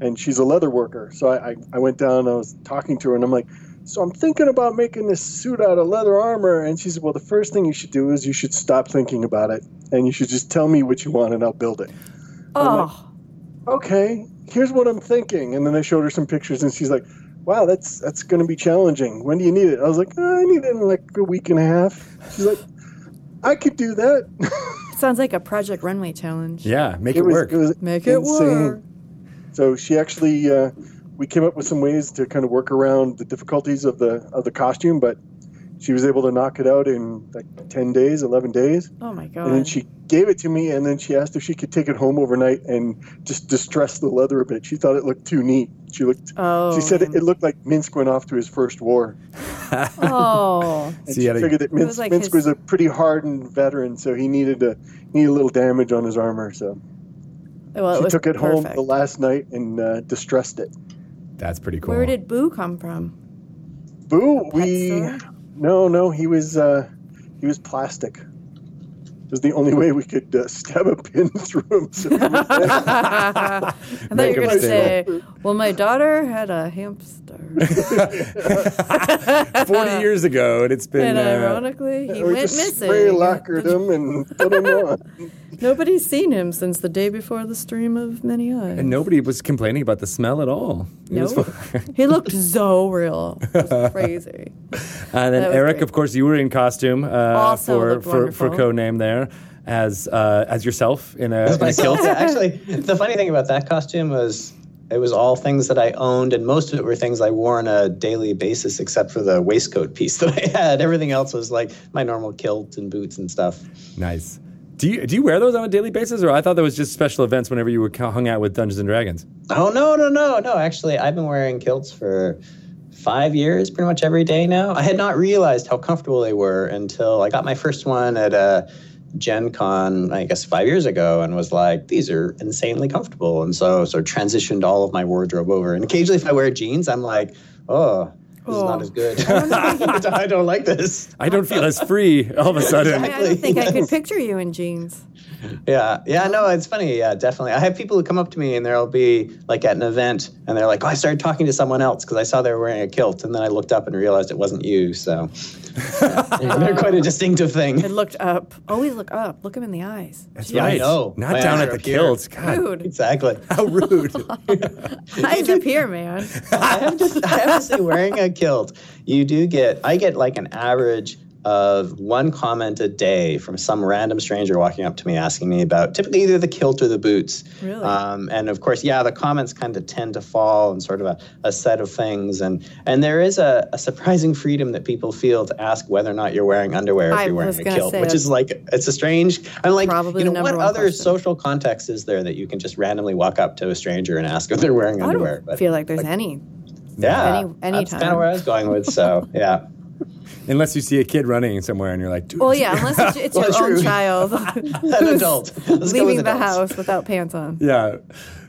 [SPEAKER 7] and she's a leather worker. So I, I, I went down, I was talking to her, and I'm like, So I'm thinking about making this suit out of leather armor. And she said, Well, the first thing you should do is you should stop thinking about it, and you should just tell me what you want, and I'll build it.
[SPEAKER 2] Oh,
[SPEAKER 7] Okay, here's what I'm thinking. And then I showed her some pictures, and she's like, Wow, that's that's going to be challenging. When do you need it? I was like, "Uh, I need it in like a week and a half. She's like, I could do that.
[SPEAKER 2] sounds like a Project Runway challenge.
[SPEAKER 6] yeah, make it,
[SPEAKER 7] it was,
[SPEAKER 6] work.
[SPEAKER 7] It was
[SPEAKER 2] Make it
[SPEAKER 7] insane.
[SPEAKER 2] work.
[SPEAKER 7] So she actually, uh, we came up with some ways to kind of work around the difficulties of the of the costume, but she was able to knock it out in like ten days, eleven days,
[SPEAKER 2] Oh my
[SPEAKER 7] and then
[SPEAKER 2] god.
[SPEAKER 7] she gave it to me, and then she asked if she could take it home overnight and just distress the leather a bit. She thought it looked too neat. She looked.
[SPEAKER 2] oh.
[SPEAKER 7] she said it, it looked like Minsk went off to his first war.
[SPEAKER 2] Oh.
[SPEAKER 7] And
[SPEAKER 6] See,
[SPEAKER 7] she
[SPEAKER 6] I think-
[SPEAKER 7] figured that Minsk,
[SPEAKER 2] was like
[SPEAKER 7] Minsk
[SPEAKER 2] his-
[SPEAKER 7] was a pretty hardened veteran, so he needed a need a little damage on his armor. So
[SPEAKER 2] Well, it
[SPEAKER 7] she
[SPEAKER 2] was
[SPEAKER 7] took it
[SPEAKER 2] perfect.
[SPEAKER 7] home the last night and uh, distressed it.
[SPEAKER 6] That's pretty cool.
[SPEAKER 2] Where did Boo come from?
[SPEAKER 7] Boo,
[SPEAKER 2] pet
[SPEAKER 7] we
[SPEAKER 2] store?
[SPEAKER 7] no, no, he was uh, he was plastic. was the only way we could uh, stab a pin through him. So we were
[SPEAKER 3] I thought you were
[SPEAKER 6] Make
[SPEAKER 3] going to
[SPEAKER 6] him
[SPEAKER 3] say, well, my daughter had a hamster.
[SPEAKER 6] Forty years ago, and it's been.
[SPEAKER 3] And
[SPEAKER 6] Uh,
[SPEAKER 3] ironically, he
[SPEAKER 7] we
[SPEAKER 3] went
[SPEAKER 7] just spray
[SPEAKER 3] missing.
[SPEAKER 7] lacquered him and put him on.
[SPEAKER 3] Nobody's seen him since the day before the stream of many eyes.
[SPEAKER 6] and nobody was complaining about the smell at all. It
[SPEAKER 3] No,
[SPEAKER 6] was fun.
[SPEAKER 3] he looked so real. It was crazy.
[SPEAKER 6] And then
[SPEAKER 3] That was
[SPEAKER 6] Eric,
[SPEAKER 3] great.
[SPEAKER 6] of course, you were in costume uh,
[SPEAKER 3] Also
[SPEAKER 6] for
[SPEAKER 3] looked
[SPEAKER 6] for for
[SPEAKER 3] wonderful.
[SPEAKER 6] codename there as uh, as yourself in a, in a
[SPEAKER 8] myself.
[SPEAKER 6] kilt.
[SPEAKER 8] Yeah, actually, the funny thing about that costume was it was all things that I owned, and most of it were things I wore on a daily basis, except for the waistcoat piece that I had. Everything else was like my normal kilt and boots and stuff.
[SPEAKER 6] Nice. Do you do you wear those on a daily basis, or I thought that was just special events whenever you were co- hung out with Dungeons and Dragons?
[SPEAKER 8] Oh no, no, no, no! Actually, I've been wearing kilts for five years, pretty much every day now. I had not realized how comfortable they were until I got my first one at uh, Gen Con, I guess five years ago, and was like, "These are insanely comfortable." And so, sort of transitioned all of my wardrobe over. And occasionally, if I wear jeans, I'm like, "Oh, this is
[SPEAKER 3] Oh.
[SPEAKER 8] not as good. I don't like this."
[SPEAKER 6] I don't feel as free all of a
[SPEAKER 3] I,
[SPEAKER 6] sudden.
[SPEAKER 3] mean, I don't think I could picture you in jeans.
[SPEAKER 8] Yeah, yeah, no, it's funny. Yeah, definitely. I have people who come up to me and there'll be like at an event and they're like, "Oh, I started talking to someone else because I saw they were wearing a kilt, and then I looked up and realized it wasn't you." So yeah, they're quite a distinctive
[SPEAKER 3] I
[SPEAKER 8] thing.
[SPEAKER 3] looked up. Always look up. Look him in the eyes.
[SPEAKER 6] That's
[SPEAKER 8] Yeah, I know.
[SPEAKER 6] Not
[SPEAKER 8] My
[SPEAKER 6] down
[SPEAKER 8] eyes
[SPEAKER 6] at
[SPEAKER 8] are
[SPEAKER 6] the
[SPEAKER 8] up here.
[SPEAKER 6] kilt. God,
[SPEAKER 3] Dude,
[SPEAKER 8] Exactly.
[SPEAKER 6] how rude.
[SPEAKER 3] eyes up here, man.
[SPEAKER 8] I have to. I have to say, wearing a kilt, you do get. I get like an average of one comment a day from some random stranger walking up to me asking me about typically either the kilt or the boots.
[SPEAKER 3] Really?
[SPEAKER 8] Um, and of course, yeah, the comments kind of tend to fall in sort of a, a set of things, and and there is a, a surprising freedom that people feel to ask whether or not you're wearing underwear if
[SPEAKER 3] I
[SPEAKER 8] you're
[SPEAKER 3] was
[SPEAKER 8] wearing a
[SPEAKER 3] gonna
[SPEAKER 8] kilt,
[SPEAKER 3] say
[SPEAKER 8] which is like it's a strange. I'm like,
[SPEAKER 3] Probably
[SPEAKER 8] you
[SPEAKER 3] the
[SPEAKER 8] know,
[SPEAKER 3] number
[SPEAKER 8] what
[SPEAKER 3] one
[SPEAKER 8] other
[SPEAKER 3] question.
[SPEAKER 8] social context is there that you can just randomly walk up to a stranger and ask if they're wearing
[SPEAKER 3] I
[SPEAKER 8] underwear?
[SPEAKER 3] don't feel like there's any.
[SPEAKER 8] Yeah,
[SPEAKER 3] Any-
[SPEAKER 8] that's
[SPEAKER 3] anytime.
[SPEAKER 8] kind of where I was going with. So yeah,
[SPEAKER 6] Unless you see a kid running somewhere and you're like, dude.
[SPEAKER 3] Well, yeah, unless it's, it's your
[SPEAKER 8] Well,
[SPEAKER 3] own
[SPEAKER 8] true.
[SPEAKER 3] child
[SPEAKER 8] an
[SPEAKER 3] who's
[SPEAKER 8] adult Let's go with
[SPEAKER 3] leaving the
[SPEAKER 8] adults.
[SPEAKER 3] house without pants on.
[SPEAKER 6] Yeah.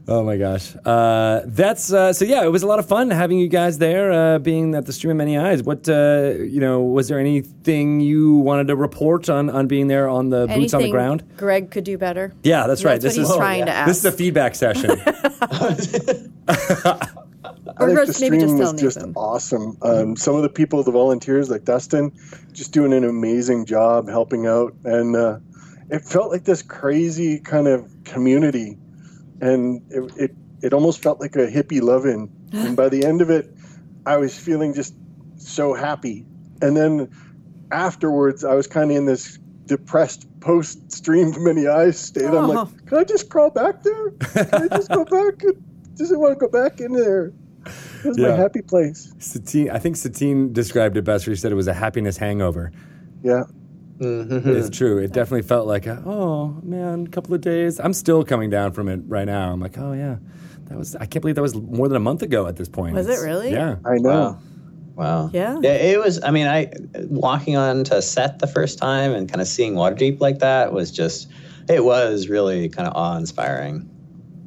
[SPEAKER 6] Oh my gosh. Uh, that's uh, so. Yeah, it was a lot of fun having you guys there, uh, being at the stream of many eyes. What uh, you know, was there anything you wanted to report on on being there on the boots on the ground?
[SPEAKER 3] Greg could do better.
[SPEAKER 6] Yeah, that's right.
[SPEAKER 3] That's what
[SPEAKER 6] this
[SPEAKER 3] he's
[SPEAKER 6] is
[SPEAKER 3] trying to ask.
[SPEAKER 6] this is a feedback session.
[SPEAKER 7] I
[SPEAKER 3] or
[SPEAKER 7] think the
[SPEAKER 3] just-
[SPEAKER 7] stream
[SPEAKER 3] maybe just tell
[SPEAKER 7] was just
[SPEAKER 3] Nathan.
[SPEAKER 7] awesome. Um, some of the people, the volunteers like Dustin, just doing an amazing job helping out, and uh, it felt like this crazy kind of community, and it it, it almost felt like a hippie loving. and by the end of it, I was feeling just so happy, and then afterwards, I was kind of in this depressed post stream many eyes state. I'm
[SPEAKER 3] Oh.
[SPEAKER 7] like, can I just crawl back there? Can I just go back? Doesn't want to go back in there. This is
[SPEAKER 6] Yeah.
[SPEAKER 7] my happy place.
[SPEAKER 6] Satine, I think Satine described it best. Where she said it was a happiness hangover.
[SPEAKER 7] Yeah.
[SPEAKER 6] It's true. It definitely felt like, a, oh man, a couple of days. I'm still coming down from it right now. I'm like, oh yeah, that was. I can't believe that was more than a month ago at this point.
[SPEAKER 3] Was it
[SPEAKER 6] It's-
[SPEAKER 3] really?
[SPEAKER 6] Yeah.
[SPEAKER 7] I know.
[SPEAKER 8] Wow. Wow.
[SPEAKER 3] Yeah.
[SPEAKER 8] It was. I mean, I walking on to set the first time and kind of seeing Waterdeep like that was just. It was really kind of awe-inspiring.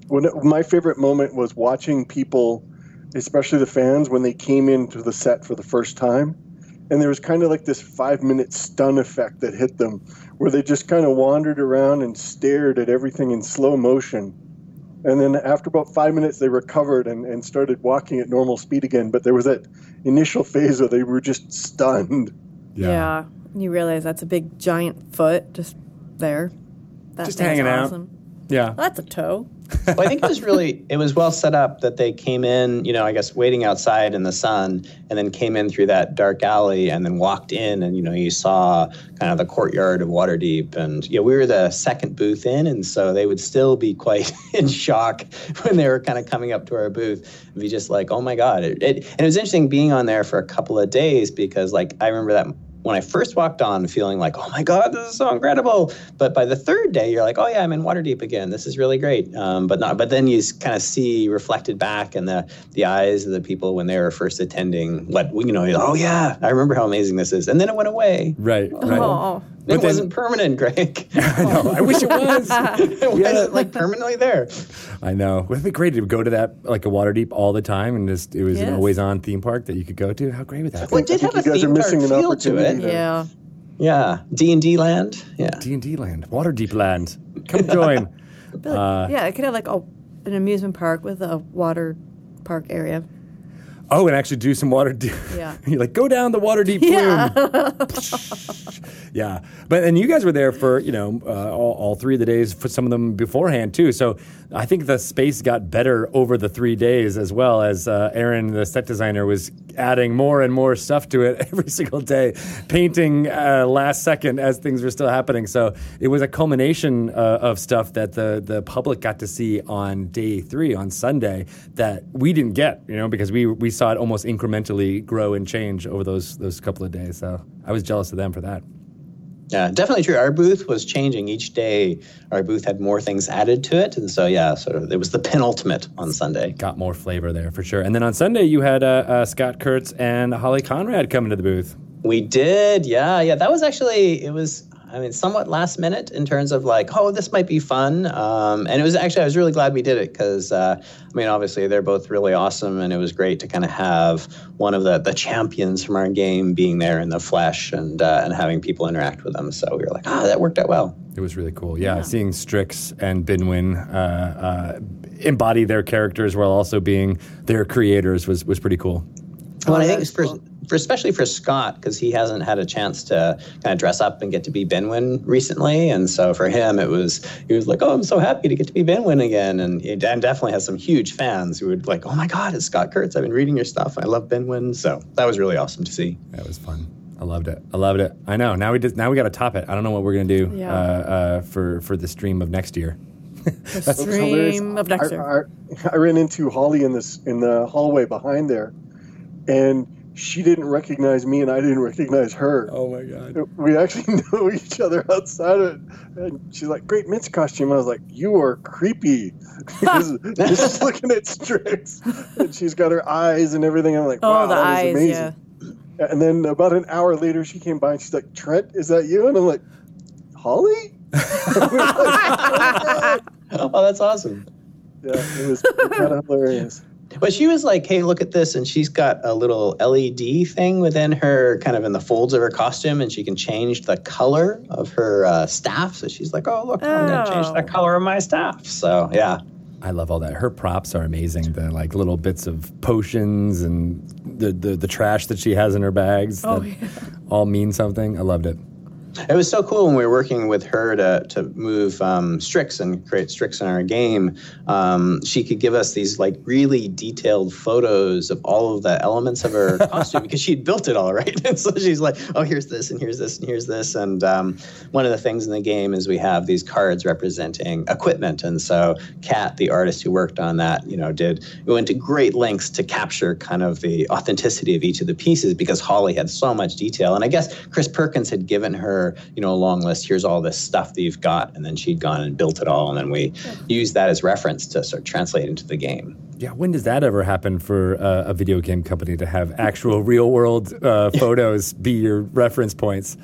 [SPEAKER 7] When, my favorite moment was watching people, especially the fans, when they came into the set for the first time. And there was kind of like this five minute stun effect that hit them, where they just kind of wandered around and stared at everything in slow motion. And then after about five minutes, they recovered and, and started walking at normal speed again. But there was that initial phase where they were just stunned.
[SPEAKER 3] Yeah. And you realize that's a big giant foot just there. That
[SPEAKER 6] Just
[SPEAKER 3] thing's
[SPEAKER 6] hanging out.
[SPEAKER 3] awesome.
[SPEAKER 6] Yeah.
[SPEAKER 3] Well, that's a toe.
[SPEAKER 8] well, I think it was really it was well set up that they came in, you know, I guess waiting outside in the sun, and then came in through that dark alley, and then walked in, and you know, you saw kind of the courtyard of Waterdeep, and yeah, we were the second booth in, and so they would still be quite in shock when they were kind of coming up to our booth, and be just like, oh my god! It, it, and it was interesting being on there for a couple of days because, like, I remember that when I first walked on, feeling like, oh my God, this is so incredible. But by the third day, you're like, oh yeah, I'm in Waterdeep again. This is really great. Um, but not. But then you kind of see reflected back in the the eyes of the people when they were first attending. What you know, you're like, oh yeah, I remember how amazing this is. And then it went away.
[SPEAKER 6] Right. Right.
[SPEAKER 3] Oh.
[SPEAKER 8] It
[SPEAKER 6] But then-
[SPEAKER 8] wasn't permanent, Greg.
[SPEAKER 6] I know. I wish it was.
[SPEAKER 8] it wasn't like permanently there.
[SPEAKER 6] I know. Wouldn't it be great to go to that like a water deep all the time and just it was an
[SPEAKER 3] Yes.
[SPEAKER 6] always on theme park that you could go to? How great would that be?
[SPEAKER 8] Well, it did
[SPEAKER 7] I think
[SPEAKER 8] have a
[SPEAKER 7] you guys are
[SPEAKER 8] theme park
[SPEAKER 7] missing an
[SPEAKER 8] feel to
[SPEAKER 7] opportunity
[SPEAKER 8] it.
[SPEAKER 7] there.
[SPEAKER 3] Yeah.
[SPEAKER 8] Yeah, D and D land. Yeah,
[SPEAKER 6] D and D land, Waterdeep land. Come join.
[SPEAKER 2] But,
[SPEAKER 6] Uh,
[SPEAKER 2] yeah, it could have like a, an amusement park with a water park area.
[SPEAKER 6] Oh, and actually do some water. deep.
[SPEAKER 2] Yeah.
[SPEAKER 6] You're like, go down the water deep plume. yeah. But, and you guys were there for, you know, uh, all, all three of the days, for some of them beforehand, too. So I think the space got better over the three days, as well as uh, Aaron, the set designer, was adding more and more stuff to it every single day, painting uh, last second as things were still happening. So it was a culmination uh, of stuff that the, the public got to see on day three, on Sunday, that we didn't get, you know, because we, we saw it almost incrementally grow and change over those, those couple of days. So I was jealous of them for that.
[SPEAKER 8] yeah, definitely true. Our booth was changing each day. Our booth had more things added to it, and so yeah, sort of it was the penultimate on Sunday.
[SPEAKER 6] Got more flavor there for sure. And then on Sunday, you had uh, uh, Scott Kurtz and Holly Conrad coming to the booth.
[SPEAKER 8] We did, yeah, yeah. That was actually it was. I mean, somewhat last minute in terms of like, oh, this might be fun. Um, and it was actually I was really glad we did it because uh, I mean, obviously they're both really awesome, and it was great to kind of have one of the the champions from our game being there in the flesh and uh, and having people interact with them. So we were like, ah, that worked out well.
[SPEAKER 6] It was really cool. Yeah, seeing Strix and Binwin uh, uh, embody their characters while also being their creators was, was pretty cool.
[SPEAKER 8] Well, I think it's for, for especially for Scott because he hasn't had a chance to kind of dress up and get to be Benwin recently, and so for him it was he was like, "Oh, I'm so happy to get to be Benwin again," and he and definitely has some huge fans who would like, "Oh my God, it's Scott Kurtz! I've been reading your stuff. I love Benwin." So that was really awesome to see.
[SPEAKER 6] That was fun. I loved it. I loved it. I know. Now we just, now we got to top it. I don't know what we're gonna do
[SPEAKER 2] Yeah.
[SPEAKER 6] uh, uh, for for the stream of next year.
[SPEAKER 2] The stream of
[SPEAKER 7] I,
[SPEAKER 2] next year.
[SPEAKER 7] I, I ran into Holly in this in the hallway behind there, and she didn't recognize me, and I didn't recognize her.
[SPEAKER 6] Oh my god.
[SPEAKER 7] We actually know each other outside of it, and she's like, "Great Mints costume." I was like, "You are creepy." Because just looking at Strix, and she's got her eyes and everything. I'm like,
[SPEAKER 2] Oh,
[SPEAKER 7] "Wow,
[SPEAKER 2] the
[SPEAKER 7] that was
[SPEAKER 2] eyes,
[SPEAKER 7] amazing."
[SPEAKER 2] yeah.
[SPEAKER 7] And then about an hour later, she came by and she's like, "Trent, is that you?" And I'm like, "Holly."
[SPEAKER 8] Oh, that's awesome.
[SPEAKER 7] Yeah, it was kind of hilarious.
[SPEAKER 8] But she was like, "Hey, look at this!" And she's got a little LED thing within her, kind of in the folds of her costume, and she can change the color of her uh, staff. So she's like, "Oh, look, I'm gonna change
[SPEAKER 2] Oh.
[SPEAKER 8] the color of my staff." So yeah,
[SPEAKER 6] I love all that. Her props are amazing. The like little bits of potions and the the, the trash that she has in her bags
[SPEAKER 2] Oh,
[SPEAKER 6] that
[SPEAKER 2] yeah.
[SPEAKER 6] all mean something. I loved it.
[SPEAKER 8] It was so cool when we were working with her to, to move um, Strix and create Strix in our game. Um, she could give us these like really detailed photos of all of the elements of her costume because she had built it all right. And so she's like, "Oh, here's this, and here's this, and here's this." And um, one of the things in the game is we have these cards representing equipment, and so Kat, the artist who worked on that, you know, did we went to great lengths to capture kind of the authenticity of each of the pieces because Holly had so much detail. And I guess Chris Perkins had given her, you know, a long list. Here's all this stuff that you've got, and then she'd gone and built it all, and then we used that as reference to sort of translate into the game.
[SPEAKER 6] Yeah, when does that ever happen for uh, a video game company to have actual real world uh, photos be your reference points?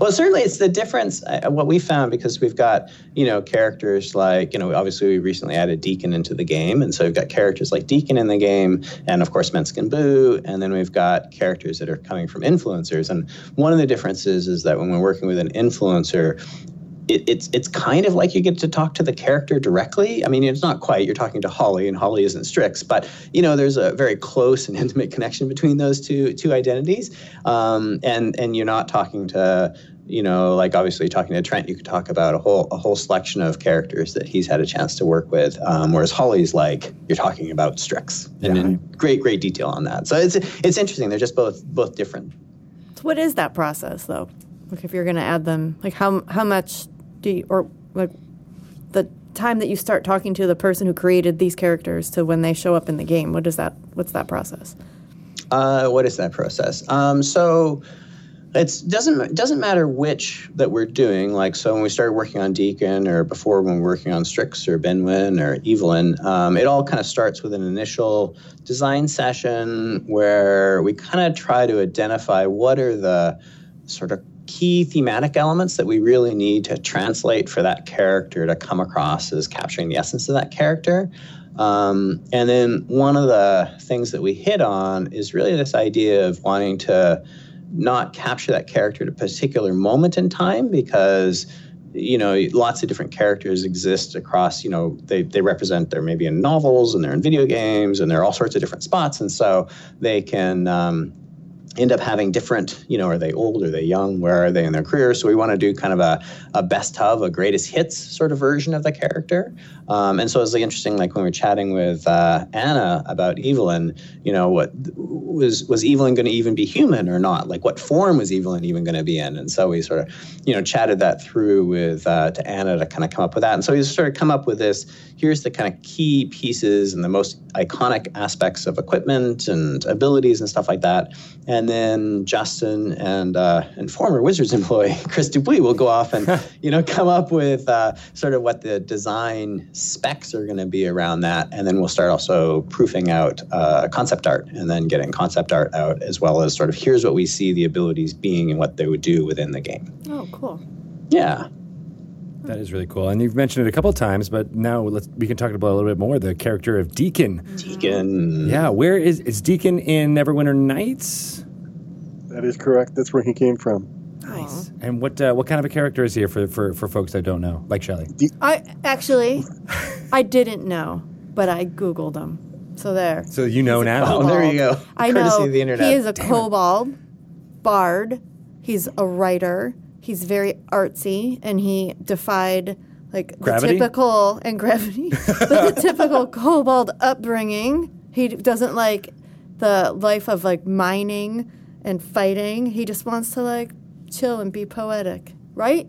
[SPEAKER 8] Well, certainly it's the difference uh, what we found because we've got you know characters like you know obviously we recently added Deacon into the game, and so we've got characters like Deacon in the game, and of course Menskin Boo, and then we've got characters that are coming from influencers. And one of the differences is that when we're working with an influencer, it, it's it's kind of like you get to talk to the character directly. I mean, it's not quite. You're talking to Holly, and Holly isn't Strix, but you know, there's a very close and intimate connection between those two two identities. Um, and and you're not talking to you know, like obviously talking to Trent, you could talk about a whole a whole selection of characters that he's had a chance to work with. Um, whereas Holly's like you're talking about Strix, and in great great detail on that. So it's it's interesting. They're just both both different.
[SPEAKER 2] So what is that process though? Like if you're going to add them, like how how much do you, or like the time that you start talking to the person who created these characters to when they show up in the game? What is that? What's that process?
[SPEAKER 8] Uh, what is that process? Um, so it doesn't doesn't matter which that we're doing. Like so, when we started working on Deacon, or before when we were working on Strix or Benwin or Evelyn, um, it all kind of starts with an initial design session where we kind of try to identify what are the sort of key thematic elements that we really need to translate for that character to come across as capturing the essence of that character. Um, and then one of the things that we hit on is really this idea of wanting to not capture that character at a particular moment in time because you know lots of different characters exist across you know they, they represent they're maybe in novels and they're in video games and they're all sorts of different spots and so they can um, end up having different, you know, are they old, are they young, where are they in their career? So we want to do kind of a, a best of, a greatest hits sort of version of the character. Um, and so it's like interesting, like when we were chatting with uh, Anna about Evelyn, you know, what was was Evelyn going to even be human or not? Like what form was Evelyn even going to be in? And so we sort of, you know, chatted that through with uh, to Anna to kind of come up with that. And so we sort of come up with this. Here's the kind of key pieces and the most iconic aspects of equipment and abilities and stuff like that. And and then Justin and uh, and former Wizards employee Chris Dupuis will go off and you know come up with uh, sort of what the design specs are going to be around that, and then we'll start also proofing out uh, concept art, and then getting concept art out as well as sort of here's what we see the abilities being and what they would do within the game.
[SPEAKER 2] Oh, cool.
[SPEAKER 8] Yeah,
[SPEAKER 6] That is really cool. And you've mentioned it a couple of times, but now let's we can talk about it a little bit more the character of Deacon.
[SPEAKER 8] Deacon.
[SPEAKER 6] Yeah, where is is Deacon in Neverwinter Nights?
[SPEAKER 7] That is correct. That's where he came from.
[SPEAKER 6] Nice. And what uh, what kind of a character is here for, for, for folks that don't know, like Shelley?
[SPEAKER 2] I actually, I didn't know, but I googled him. So there.
[SPEAKER 6] So you know now.
[SPEAKER 8] Oh, there you go.
[SPEAKER 2] I
[SPEAKER 8] Courtesy
[SPEAKER 2] know
[SPEAKER 8] of the internet.
[SPEAKER 2] he is a kobold bard. He's a writer. He's very artsy, and he defied like the
[SPEAKER 6] Gravity?
[SPEAKER 2] typical and gravity, but the typical kobold upbringing. He d- doesn't like the life of like mining and fighting. He just wants to like chill and be poetic, right?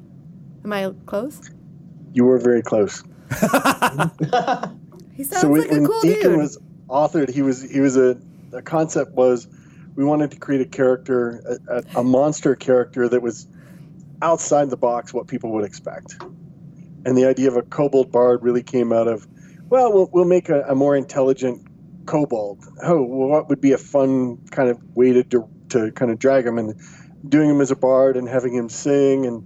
[SPEAKER 2] Am I close?
[SPEAKER 7] You were very close.
[SPEAKER 2] He sounds
[SPEAKER 7] so when,
[SPEAKER 2] like a
[SPEAKER 7] when
[SPEAKER 2] cool
[SPEAKER 7] Deacon
[SPEAKER 2] dude.
[SPEAKER 7] was authored, he was he was a the concept was we wanted to create a character, a, a, a monster character that was outside the box what people would expect, and the idea of a kobold bard really came out of well we'll, we'll make a, a more intelligent kobold. Oh, well, what would be a fun kind of way to dir- to kind of drag him and doing him as a bard and having him sing and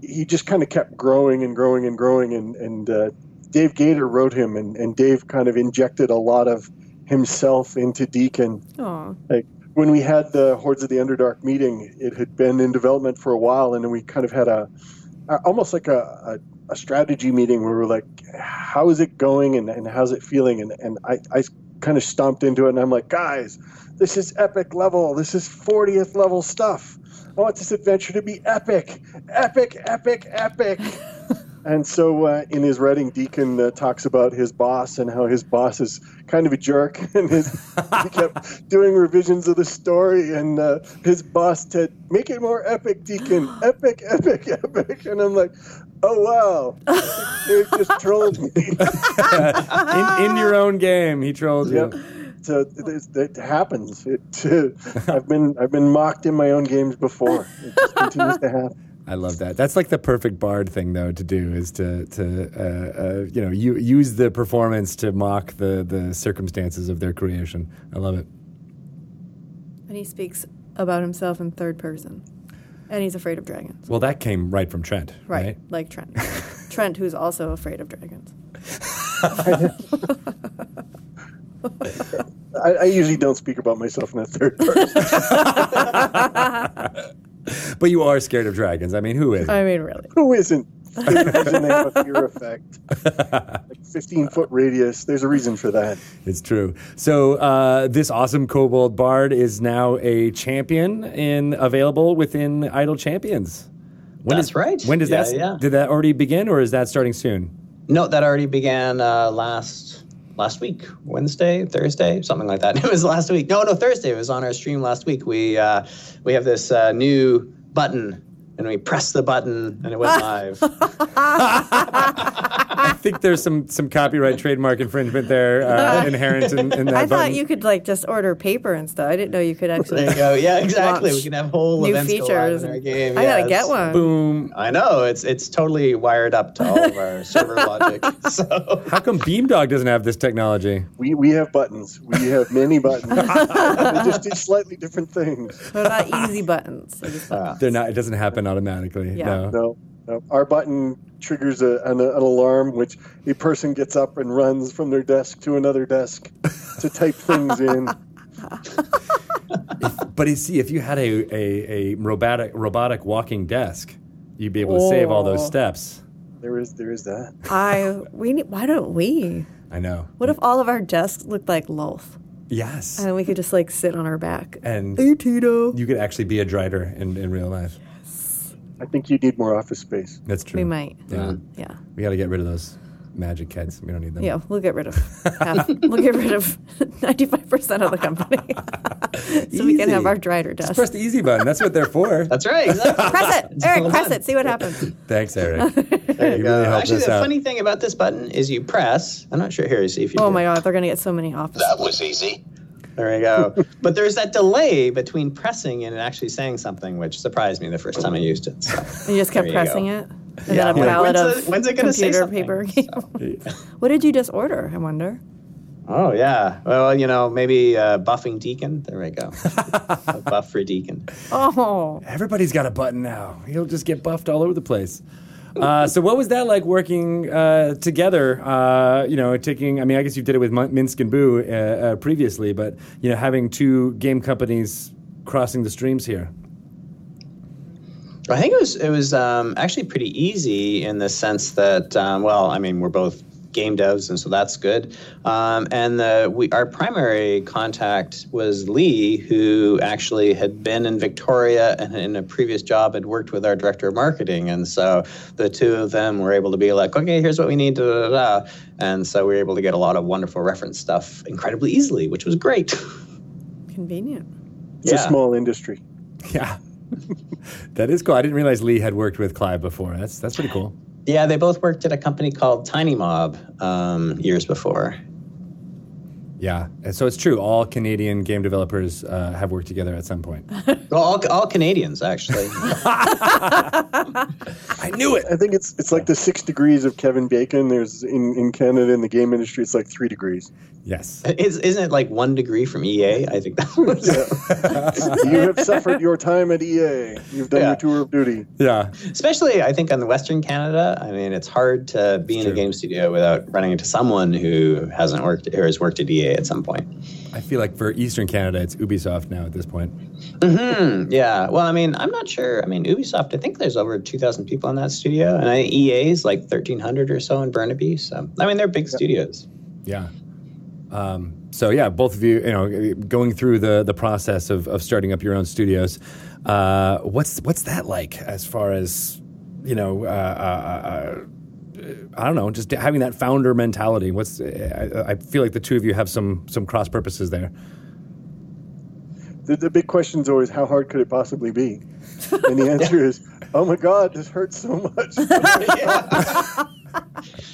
[SPEAKER 7] he just kind of kept growing and growing and growing and and uh, Dave Gator wrote him and, and Dave kind of injected a lot of himself into Deacon.
[SPEAKER 2] Aw.
[SPEAKER 7] Like when we had the Hordes of the Underdark meeting, it had been in development for a while and then we kind of had a, a almost like a, a, a strategy meeting where we were like, how is it going and, and how's it feeling? And, and I, I kind of stomped into it and I'm like, guys, this is epic level. This is 40th level stuff. I want this adventure to be epic, epic, epic, epic. And so uh, in his writing, Deacon uh, talks about his boss and how his boss is kind of a jerk. And his, he kept doing revisions of the story. And uh, his boss, Ted, make it more epic, Deacon. Epic, epic, epic. And I'm like, oh, wow. They just trolled me.
[SPEAKER 6] in, in your
[SPEAKER 8] Ah.
[SPEAKER 6] own game, he trolled
[SPEAKER 7] yep.
[SPEAKER 6] you.
[SPEAKER 7] So it, it, it happens. It, I've been I've been mocked in my own games before. It just continues to happen.
[SPEAKER 6] I love that. That's like the perfect bard thing, though, to do is to to uh, uh, you know you, use the performance to mock the the circumstances of their creation. I love it.
[SPEAKER 2] and he speaks about himself in third person, and he's afraid of dragons.
[SPEAKER 6] Well, that came right from Trent,
[SPEAKER 2] Right,
[SPEAKER 6] right?
[SPEAKER 2] like Trent. Trent, who's also afraid of dragons.
[SPEAKER 7] I, I usually don't speak about myself in that third person.
[SPEAKER 6] But you are scared of dragons. I mean, who
[SPEAKER 8] Uh.
[SPEAKER 6] is?
[SPEAKER 2] I mean, really.
[SPEAKER 7] Who isn't? There's a reason they have a fear effect. Like 15 foot radius. There's a reason for that.
[SPEAKER 6] It's true. So uh, this awesome kobold bard is now a champion and available within Idle Champions. When
[SPEAKER 8] That's
[SPEAKER 6] is-
[SPEAKER 8] right.
[SPEAKER 6] When does
[SPEAKER 8] Yeah,
[SPEAKER 6] that
[SPEAKER 8] yeah.
[SPEAKER 6] did that already begin, or is that starting soon?
[SPEAKER 8] No, that already began uh, last last week, Wednesday, Thursday, something like that. It was last week. No, no, Thursday. It was on our stream last week. We uh, we have this uh, new button, and we press the button, and it went live.
[SPEAKER 6] I think there's some some copyright trademark infringement there uh, inherent in, in that.
[SPEAKER 2] I
[SPEAKER 6] button.
[SPEAKER 2] thought you could like just order paper and stuff. I didn't know you could actually.
[SPEAKER 8] there you go. Yeah, exactly. We can have whole
[SPEAKER 2] New
[SPEAKER 8] events go live
[SPEAKER 2] features.
[SPEAKER 8] in our game.
[SPEAKER 2] I
[SPEAKER 8] Yeah,
[SPEAKER 2] gotta get
[SPEAKER 8] it's-
[SPEAKER 2] one.
[SPEAKER 6] boom.
[SPEAKER 8] I know it's it's totally wired up to all of our server logic. So
[SPEAKER 6] How come Beamdog doesn't have this technology?
[SPEAKER 7] We, we have buttons. We have many buttons. they just do slightly different things.
[SPEAKER 2] What about easy buttons? They're just
[SPEAKER 8] Uh,
[SPEAKER 2] buttons.
[SPEAKER 6] They're not. It doesn't happen automatically.
[SPEAKER 2] Yeah.
[SPEAKER 6] No.
[SPEAKER 7] No, no. Our button triggers a, an, an alarm, which a person gets up and runs from their desk to another desk to type things in.
[SPEAKER 6] but you see, if you had a, a, a robotic robotic walking desk, you'd be able to save all those
[SPEAKER 2] Oh.
[SPEAKER 6] steps.
[SPEAKER 7] There is there is that.
[SPEAKER 2] I we need, why don't we?
[SPEAKER 6] I know.
[SPEAKER 2] What if all of our desks looked like loaf
[SPEAKER 6] Yes.
[SPEAKER 2] and we could just like sit on our back?
[SPEAKER 6] and
[SPEAKER 2] Hey, Tito.
[SPEAKER 6] you could actually be a drider in, in real life.
[SPEAKER 7] I think you need more office space.
[SPEAKER 6] That's true.
[SPEAKER 2] We might.
[SPEAKER 6] Yeah.
[SPEAKER 2] Yeah.
[SPEAKER 6] We got to get rid of those magic kids. We don't need them.
[SPEAKER 2] Yeah, we'll get rid of half, we'll get rid of ninety five percent of the company, so we can
[SPEAKER 6] Easy.
[SPEAKER 2] have our drier
[SPEAKER 6] Just
[SPEAKER 2] desk.
[SPEAKER 6] press the easy button. That's what they're for.
[SPEAKER 8] That's right. Exactly.
[SPEAKER 2] Press it, Eric. Press it. See what happens.
[SPEAKER 6] Thanks, Eric. there you really helped
[SPEAKER 8] Actually,
[SPEAKER 6] us
[SPEAKER 8] the
[SPEAKER 6] out.
[SPEAKER 8] funny thing about this button is you press. I'm not sure here. See if you.
[SPEAKER 2] Oh
[SPEAKER 8] did.
[SPEAKER 2] my god, they're gonna get so many offers.
[SPEAKER 9] That was easy.
[SPEAKER 8] There we go. but there's that delay between pressing and actually saying something, which surprised me the first time I used it. So.
[SPEAKER 2] You just kept
[SPEAKER 8] There you
[SPEAKER 2] pressing
[SPEAKER 8] go.
[SPEAKER 2] it. And then a
[SPEAKER 8] Like,
[SPEAKER 2] pallet
[SPEAKER 8] when's
[SPEAKER 2] of
[SPEAKER 8] it- when's it gonna say
[SPEAKER 2] computer
[SPEAKER 8] something?
[SPEAKER 2] paper.
[SPEAKER 8] So.
[SPEAKER 2] what did you just order? I wonder.
[SPEAKER 8] Oh yeah. Well, you know, maybe uh, buffing deacon. There we go. A buff for deacon.
[SPEAKER 2] Oh,
[SPEAKER 6] Everybody's got a button now. He'll just get buffed all over the place. Uh, so what was that like working uh, together? Uh, you know, taking. I mean, I guess you did it with Mon- Minsk and Boo uh, uh, previously, but you know, having two game companies crossing the streams here.
[SPEAKER 8] I think it was it was um, actually pretty easy in the sense that um, well, I mean, we're both game devs, and so that's good. Um, and the, we our primary contact was Lee, who actually had been in Victoria and in a previous job had worked with our director of marketing, and so the two of them were able to be like, okay, here's what we need, da da da, da." and so we were able to get a lot of wonderful reference stuff incredibly easily, which was great.
[SPEAKER 2] convenient.
[SPEAKER 7] It's a small industry.
[SPEAKER 6] Yeah, that is cool. I didn't realize Lee had worked with Clive before. That's that's pretty cool.
[SPEAKER 8] Yeah, they both worked at a company called Tiny Mob um, years before.
[SPEAKER 6] Yeah, and so it's true. All Canadian game developers uh, have worked together at some point.
[SPEAKER 8] Well, all, all Canadians, actually.
[SPEAKER 6] I knew it.
[SPEAKER 7] I think it's it's like the six degrees of Kevin Bacon. There's in, in Canada in the game industry, it's like three degrees.
[SPEAKER 6] Yes.
[SPEAKER 8] Is, isn't it like one degree from EA? I think that was.
[SPEAKER 7] you have suffered your time at EA. You've done
[SPEAKER 8] Yeah.
[SPEAKER 7] your tour of duty.
[SPEAKER 6] Yeah.
[SPEAKER 8] Especially, I think, on the Western Canada. I mean, it's hard to be in a
[SPEAKER 6] true.
[SPEAKER 8] game studio without running into someone who hasn't worked or has worked at EA at some point.
[SPEAKER 6] I feel like for Eastern Canada, it's Ubisoft now at this point.
[SPEAKER 8] Hmm, yeah. Well, I mean, I'm not sure. I mean, Ubisoft, I think there's over 2,000 people in that studio, and I, EA is like 1,300 or so in Burnaby. So, I mean, they're big studios.
[SPEAKER 6] Yeah. Um, so yeah, both of you, you know, going through the the process of, of starting up your own studios, uh, what's what's that like as far as you know? Uh, uh, uh, uh, I don't know, just having that founder mentality. What's I, I feel like the two of you have some some cross purposes there.
[SPEAKER 7] The, the big question is always how hard could it possibly be? And the answer is, oh my God, this hurts so much.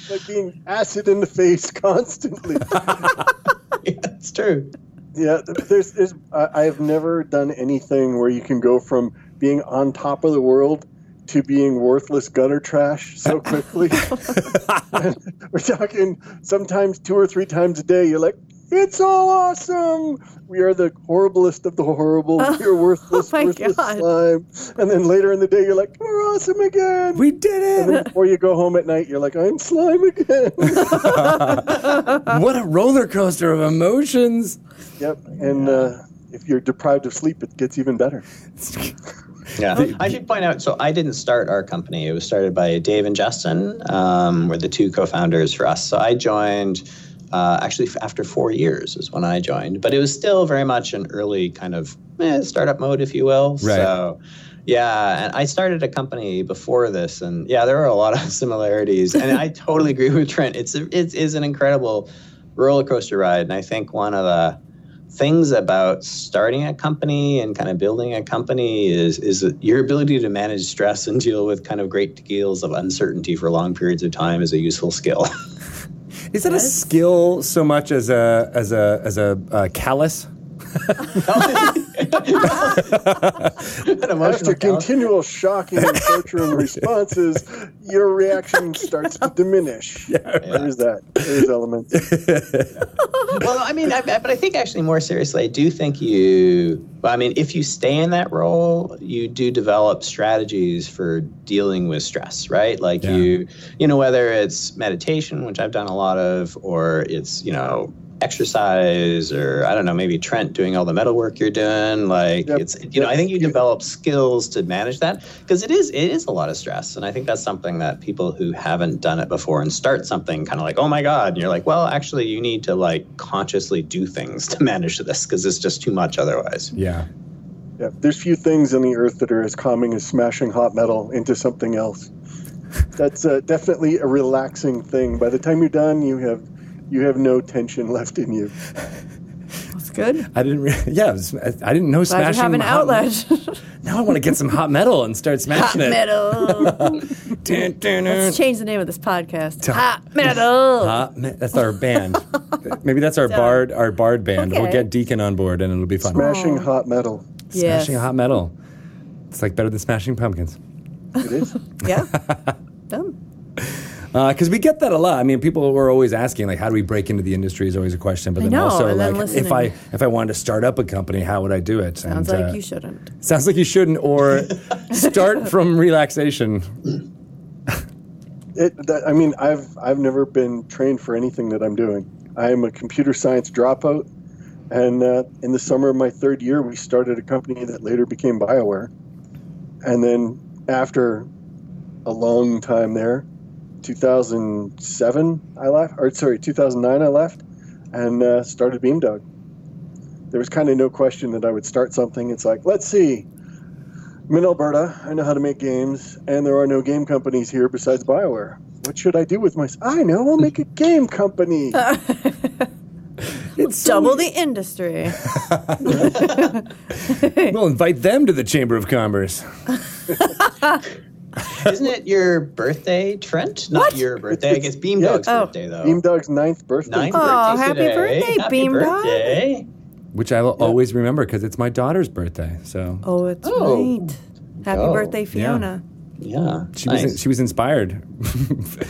[SPEAKER 7] like being acid in the face constantly.
[SPEAKER 8] yeah, it's true.
[SPEAKER 7] Yeah, th- there's, there's I I have never done anything where you can go from being on top of the world to being worthless gutter trash so quickly. We're talking sometimes two or three times a day. You're like, it's all awesome. We are the horriblest of the horrible. we are worthless,
[SPEAKER 2] Oh my
[SPEAKER 7] worthless
[SPEAKER 2] God.
[SPEAKER 7] slime. And then later in the day, you're like, we're awesome again.
[SPEAKER 6] We did
[SPEAKER 7] and then before you go home at night, you're like, I'm slime again.
[SPEAKER 2] Uh-huh.
[SPEAKER 6] what a roller coaster of emotions!
[SPEAKER 7] yep. And uh, if you're deprived of sleep, it gets even better.
[SPEAKER 8] Yeah, I should point out. So I didn't start our company. It was started by Dave and Justin, um, were the two co-founders for us. So I joined. Uh, actually, f- after four years is when I joined, but it was still very much an early kind of eh, startup mode, if you will.
[SPEAKER 6] Right.
[SPEAKER 8] So, yeah, and I started a company before this, and yeah, there were a lot of similarities. And I totally agree with Trent. It's a, it is an incredible roller coaster ride, and I think one of the things about starting a company and kind of building a company is is your ability to manage stress and deal with kind of great deals of uncertainty for long periods of time is a useful skill.
[SPEAKER 6] Is it a skill so much as a as a as a uh, callus?
[SPEAKER 8] An emotional
[SPEAKER 7] After
[SPEAKER 8] skill.
[SPEAKER 7] continual shocking and torturing responses, your reaction starts to diminish. There's that. There's elements.
[SPEAKER 8] well, I mean, I, I- but I think actually more seriously, I do think you. well, I mean, if you stay in that role, you do develop strategies for dealing with stress, right? Like
[SPEAKER 6] Yeah.
[SPEAKER 8] you, you know, whether it's meditation, which I've done a lot of, or it's you know exercise or I don't know, maybe Trent doing all the metal work you're doing. Like
[SPEAKER 7] Yep.
[SPEAKER 8] it's you know, I think you develop skills to manage that because it is it is a lot of stress. And I think that's something that people who haven't done it before and start something kind of like, oh my God, and you're like, well, actually you need to like consciously do things to manage this because it's just too much otherwise.
[SPEAKER 6] Yeah.
[SPEAKER 7] Yeah, there's few things on the earth that are as calming as smashing hot metal into something else. That's uh, definitely a relaxing thing. By the time you're done, you have you have no tension left in you.
[SPEAKER 2] That's good.
[SPEAKER 6] I didn't. Re- yeah, it was, I, I didn't know
[SPEAKER 2] Glad
[SPEAKER 6] smashing.
[SPEAKER 2] you have an
[SPEAKER 6] hot-
[SPEAKER 2] outlet.
[SPEAKER 6] now I want to get some hot metal and start smashing it.
[SPEAKER 2] metal.
[SPEAKER 6] Dun, dun, dun.
[SPEAKER 2] Let's change the name of this podcast. Hot metal.
[SPEAKER 6] Hot me- that's our band. Maybe that's our bard. Our bard band. We'll
[SPEAKER 2] Okay.
[SPEAKER 6] get Deacon on board, and it'll be fun.
[SPEAKER 7] Smashing hot metal.
[SPEAKER 2] Yes.
[SPEAKER 6] Smashing hot metal. It's like better than smashing pumpkins.
[SPEAKER 7] It is.
[SPEAKER 2] Yeah. Done.
[SPEAKER 6] Because Uh, we get that a lot. I mean, people were always asking, like, how do we break into the industry is always a question. But
[SPEAKER 2] I
[SPEAKER 6] then
[SPEAKER 2] know,
[SPEAKER 6] also,
[SPEAKER 2] and then
[SPEAKER 6] like, if
[SPEAKER 2] listening.
[SPEAKER 6] I if I wanted to start up a company, how would I do it?
[SPEAKER 2] Sounds
[SPEAKER 6] And,
[SPEAKER 2] like
[SPEAKER 6] uh,
[SPEAKER 2] you shouldn't.
[SPEAKER 6] Sounds like you shouldn't, or start from relaxation.
[SPEAKER 7] It, that, I mean, I've I've never been trained for anything that I'm doing. I am a computer science dropout, and uh, in the summer of my third year, we started a company that later became Bioware, and then after a long time there, 2007 I left, or sorry, 2009 I left, and uh, started Beamdog. There was kind of no question that I would start something. It's like, let's see. I'm in Alberta. I know how to make games, and there are no game companies here besides BioWare. What should I do with my? I know. I'll make a game company.
[SPEAKER 2] Double the industry.
[SPEAKER 6] We'll invite them to the Chamber of Commerce.
[SPEAKER 8] Isn't it your birthday, Trent? Not your birthday. I guess Beam
[SPEAKER 7] Yeah.
[SPEAKER 8] Dog's
[SPEAKER 2] Oh.
[SPEAKER 8] birthday though.
[SPEAKER 7] Beam Dog's ninth birthday.
[SPEAKER 8] Ninth
[SPEAKER 2] Aw,
[SPEAKER 8] birthday
[SPEAKER 2] happy
[SPEAKER 8] today.
[SPEAKER 2] birthday,
[SPEAKER 8] Happy
[SPEAKER 2] Beam Dog.
[SPEAKER 8] birthday.
[SPEAKER 6] Which I will always remember because it's my daughter's birthday. So
[SPEAKER 2] Oh, it's
[SPEAKER 8] Oh.
[SPEAKER 2] right. Happy
[SPEAKER 8] Oh.
[SPEAKER 2] birthday, Fiona.
[SPEAKER 8] Yeah.
[SPEAKER 6] she,
[SPEAKER 8] nice.
[SPEAKER 6] was, she was inspired.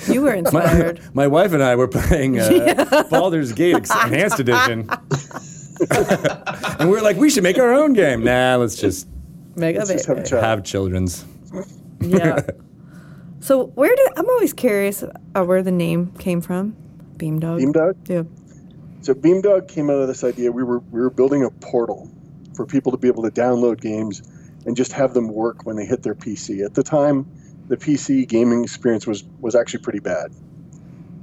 [SPEAKER 2] You were
[SPEAKER 6] my,
[SPEAKER 2] inspired.
[SPEAKER 6] my wife and I were playing uh, Baldur's Gate Enhanced Edition. and we were like, we should make our own game. Nah, let's just
[SPEAKER 2] Mega
[SPEAKER 7] Let's just have a
[SPEAKER 2] baby.
[SPEAKER 7] child.
[SPEAKER 6] have children's.
[SPEAKER 2] Yeah. So where did I'm always curious uh, where the name came from? Beam dog.
[SPEAKER 7] Beam Dog.
[SPEAKER 2] Yeah.
[SPEAKER 7] So Beam Dog came out of this idea. We were we were building a portal for people to be able to download games and just have them work when they hit their PC. At the time, the PC gaming experience was was actually pretty bad.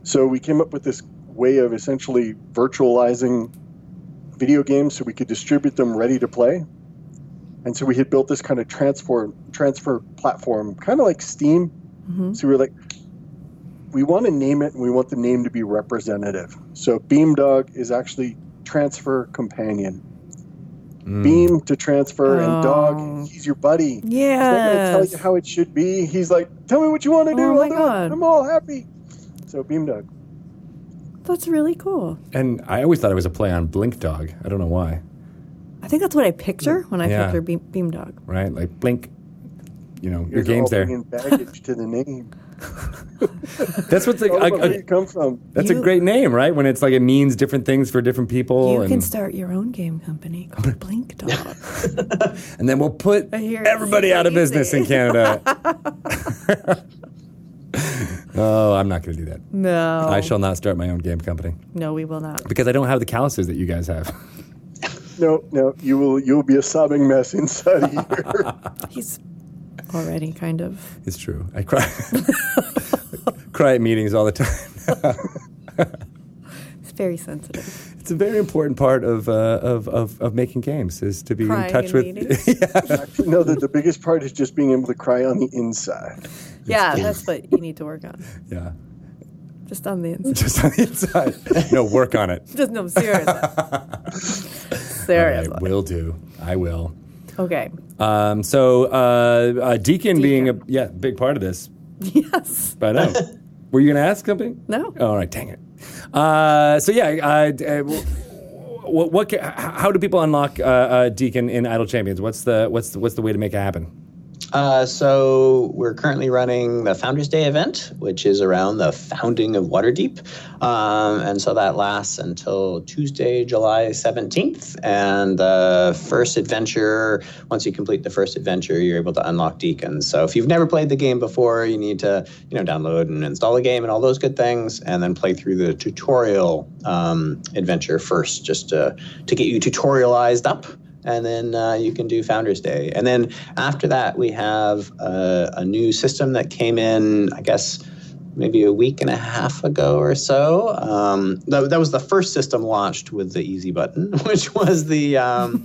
[SPEAKER 7] So we came up with this way of essentially virtualizing video games so we could distribute them ready to play. And so we had built this kind of transfer transfer platform, kind of like Steam.
[SPEAKER 2] Mm-hmm.
[SPEAKER 7] So we were like, we want to name it and we want the name to be representative. So Beam Dog is actually transfer companion.
[SPEAKER 6] Hmm.
[SPEAKER 7] Beam to transfer and
[SPEAKER 2] Oh.
[SPEAKER 7] dog, he's your buddy. He's not gonna tell you
[SPEAKER 2] Yes.
[SPEAKER 7] how it should be. He's like, tell me what you want to do.
[SPEAKER 2] Oh my
[SPEAKER 7] I'll do it.
[SPEAKER 2] God.
[SPEAKER 7] I'm all happy. So Beam Dog.
[SPEAKER 2] That's really cool.
[SPEAKER 6] And I always thought it was a play on Blink Dog. I don't know why,
[SPEAKER 2] I think that's what I picture when I
[SPEAKER 6] Yeah.
[SPEAKER 2] picture beam, beam dog.
[SPEAKER 6] right? Like, Blink, you know, your
[SPEAKER 7] You're
[SPEAKER 6] game's
[SPEAKER 7] all
[SPEAKER 6] there.
[SPEAKER 7] bringing baggage to the name.
[SPEAKER 6] That's what's like.
[SPEAKER 7] Tell
[SPEAKER 6] a-
[SPEAKER 7] them where
[SPEAKER 6] a-
[SPEAKER 7] you come from.
[SPEAKER 6] that's a
[SPEAKER 2] You-
[SPEAKER 6] great name, right? When it's like it means different things for different people.
[SPEAKER 2] You
[SPEAKER 6] and,
[SPEAKER 2] can start your own game company called Blink Dog.
[SPEAKER 6] and then we'll put
[SPEAKER 2] I hear it's
[SPEAKER 6] everybody out of business in
[SPEAKER 2] crazy.
[SPEAKER 6] Canada. oh, I'm not going to do that.
[SPEAKER 2] no.
[SPEAKER 6] I shall not start my own game company
[SPEAKER 2] No, we will not.
[SPEAKER 6] because I don't have the calluses that you guys have.
[SPEAKER 7] No, no, you will you will be a sobbing mess inside a year.
[SPEAKER 2] He's already kind of.
[SPEAKER 6] It's true. I cry, cry at meetings all the time.
[SPEAKER 2] He's very sensitive.
[SPEAKER 6] It's a very important part of uh, of, of of making games is to be
[SPEAKER 2] Crying
[SPEAKER 6] in touch
[SPEAKER 2] in
[SPEAKER 6] with.
[SPEAKER 2] meetings?
[SPEAKER 7] no, that the biggest part is just being able to cry on the inside.
[SPEAKER 2] Yeah, that's what you need to work on.
[SPEAKER 6] yeah,
[SPEAKER 2] Just on the inside.
[SPEAKER 6] just on the inside. No, work on it.
[SPEAKER 2] Just no, seriously.
[SPEAKER 6] I
[SPEAKER 2] seriously.
[SPEAKER 6] will do. I will.
[SPEAKER 2] Okay.
[SPEAKER 6] Um, so uh, uh, Deacon, being a yeah big part of this,
[SPEAKER 2] Yes.
[SPEAKER 6] but I know. Were you going to ask something?
[SPEAKER 2] No.
[SPEAKER 6] All right, dang it. Uh, so yeah, uh, d- uh, what, what ca- h- how do people unlock uh, uh, Deacon in Idol Champions? What's the what's the, what's the way to make it happen?
[SPEAKER 8] Uh, so we're currently running the Founders Day event, which is around the founding of Waterdeep, um, and so that lasts until Tuesday, July seventeenth. And the first adventure, once you complete the first adventure, you're able to unlock Deacons. So if you've never played the game before, you need to you know download and install the game and all those good things, and then play through the tutorial um, adventure first, just to to get you tutorialized up and then uh, you can do Founders Day. And then after that, we have uh, a new system that came in, I guess, maybe a week and a half ago or so. Um, that, that was the first system launched with the easy button, which was the. Um,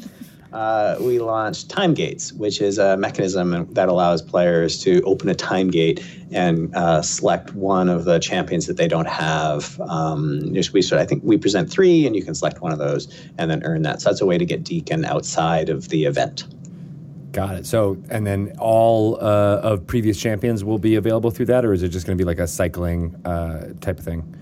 [SPEAKER 8] uh, we launched time gates, which is a mechanism that allows players to open a time gate and uh, select one of the champions that they don't have. Um, just we sort of, I think we present three, and you can select one of those and then earn that. So that's a way to get Deacon outside of the event.
[SPEAKER 6] Got it. So, and then all uh, of previous champions will be available through that, or is it just going to be like a cycling uh, type of thing?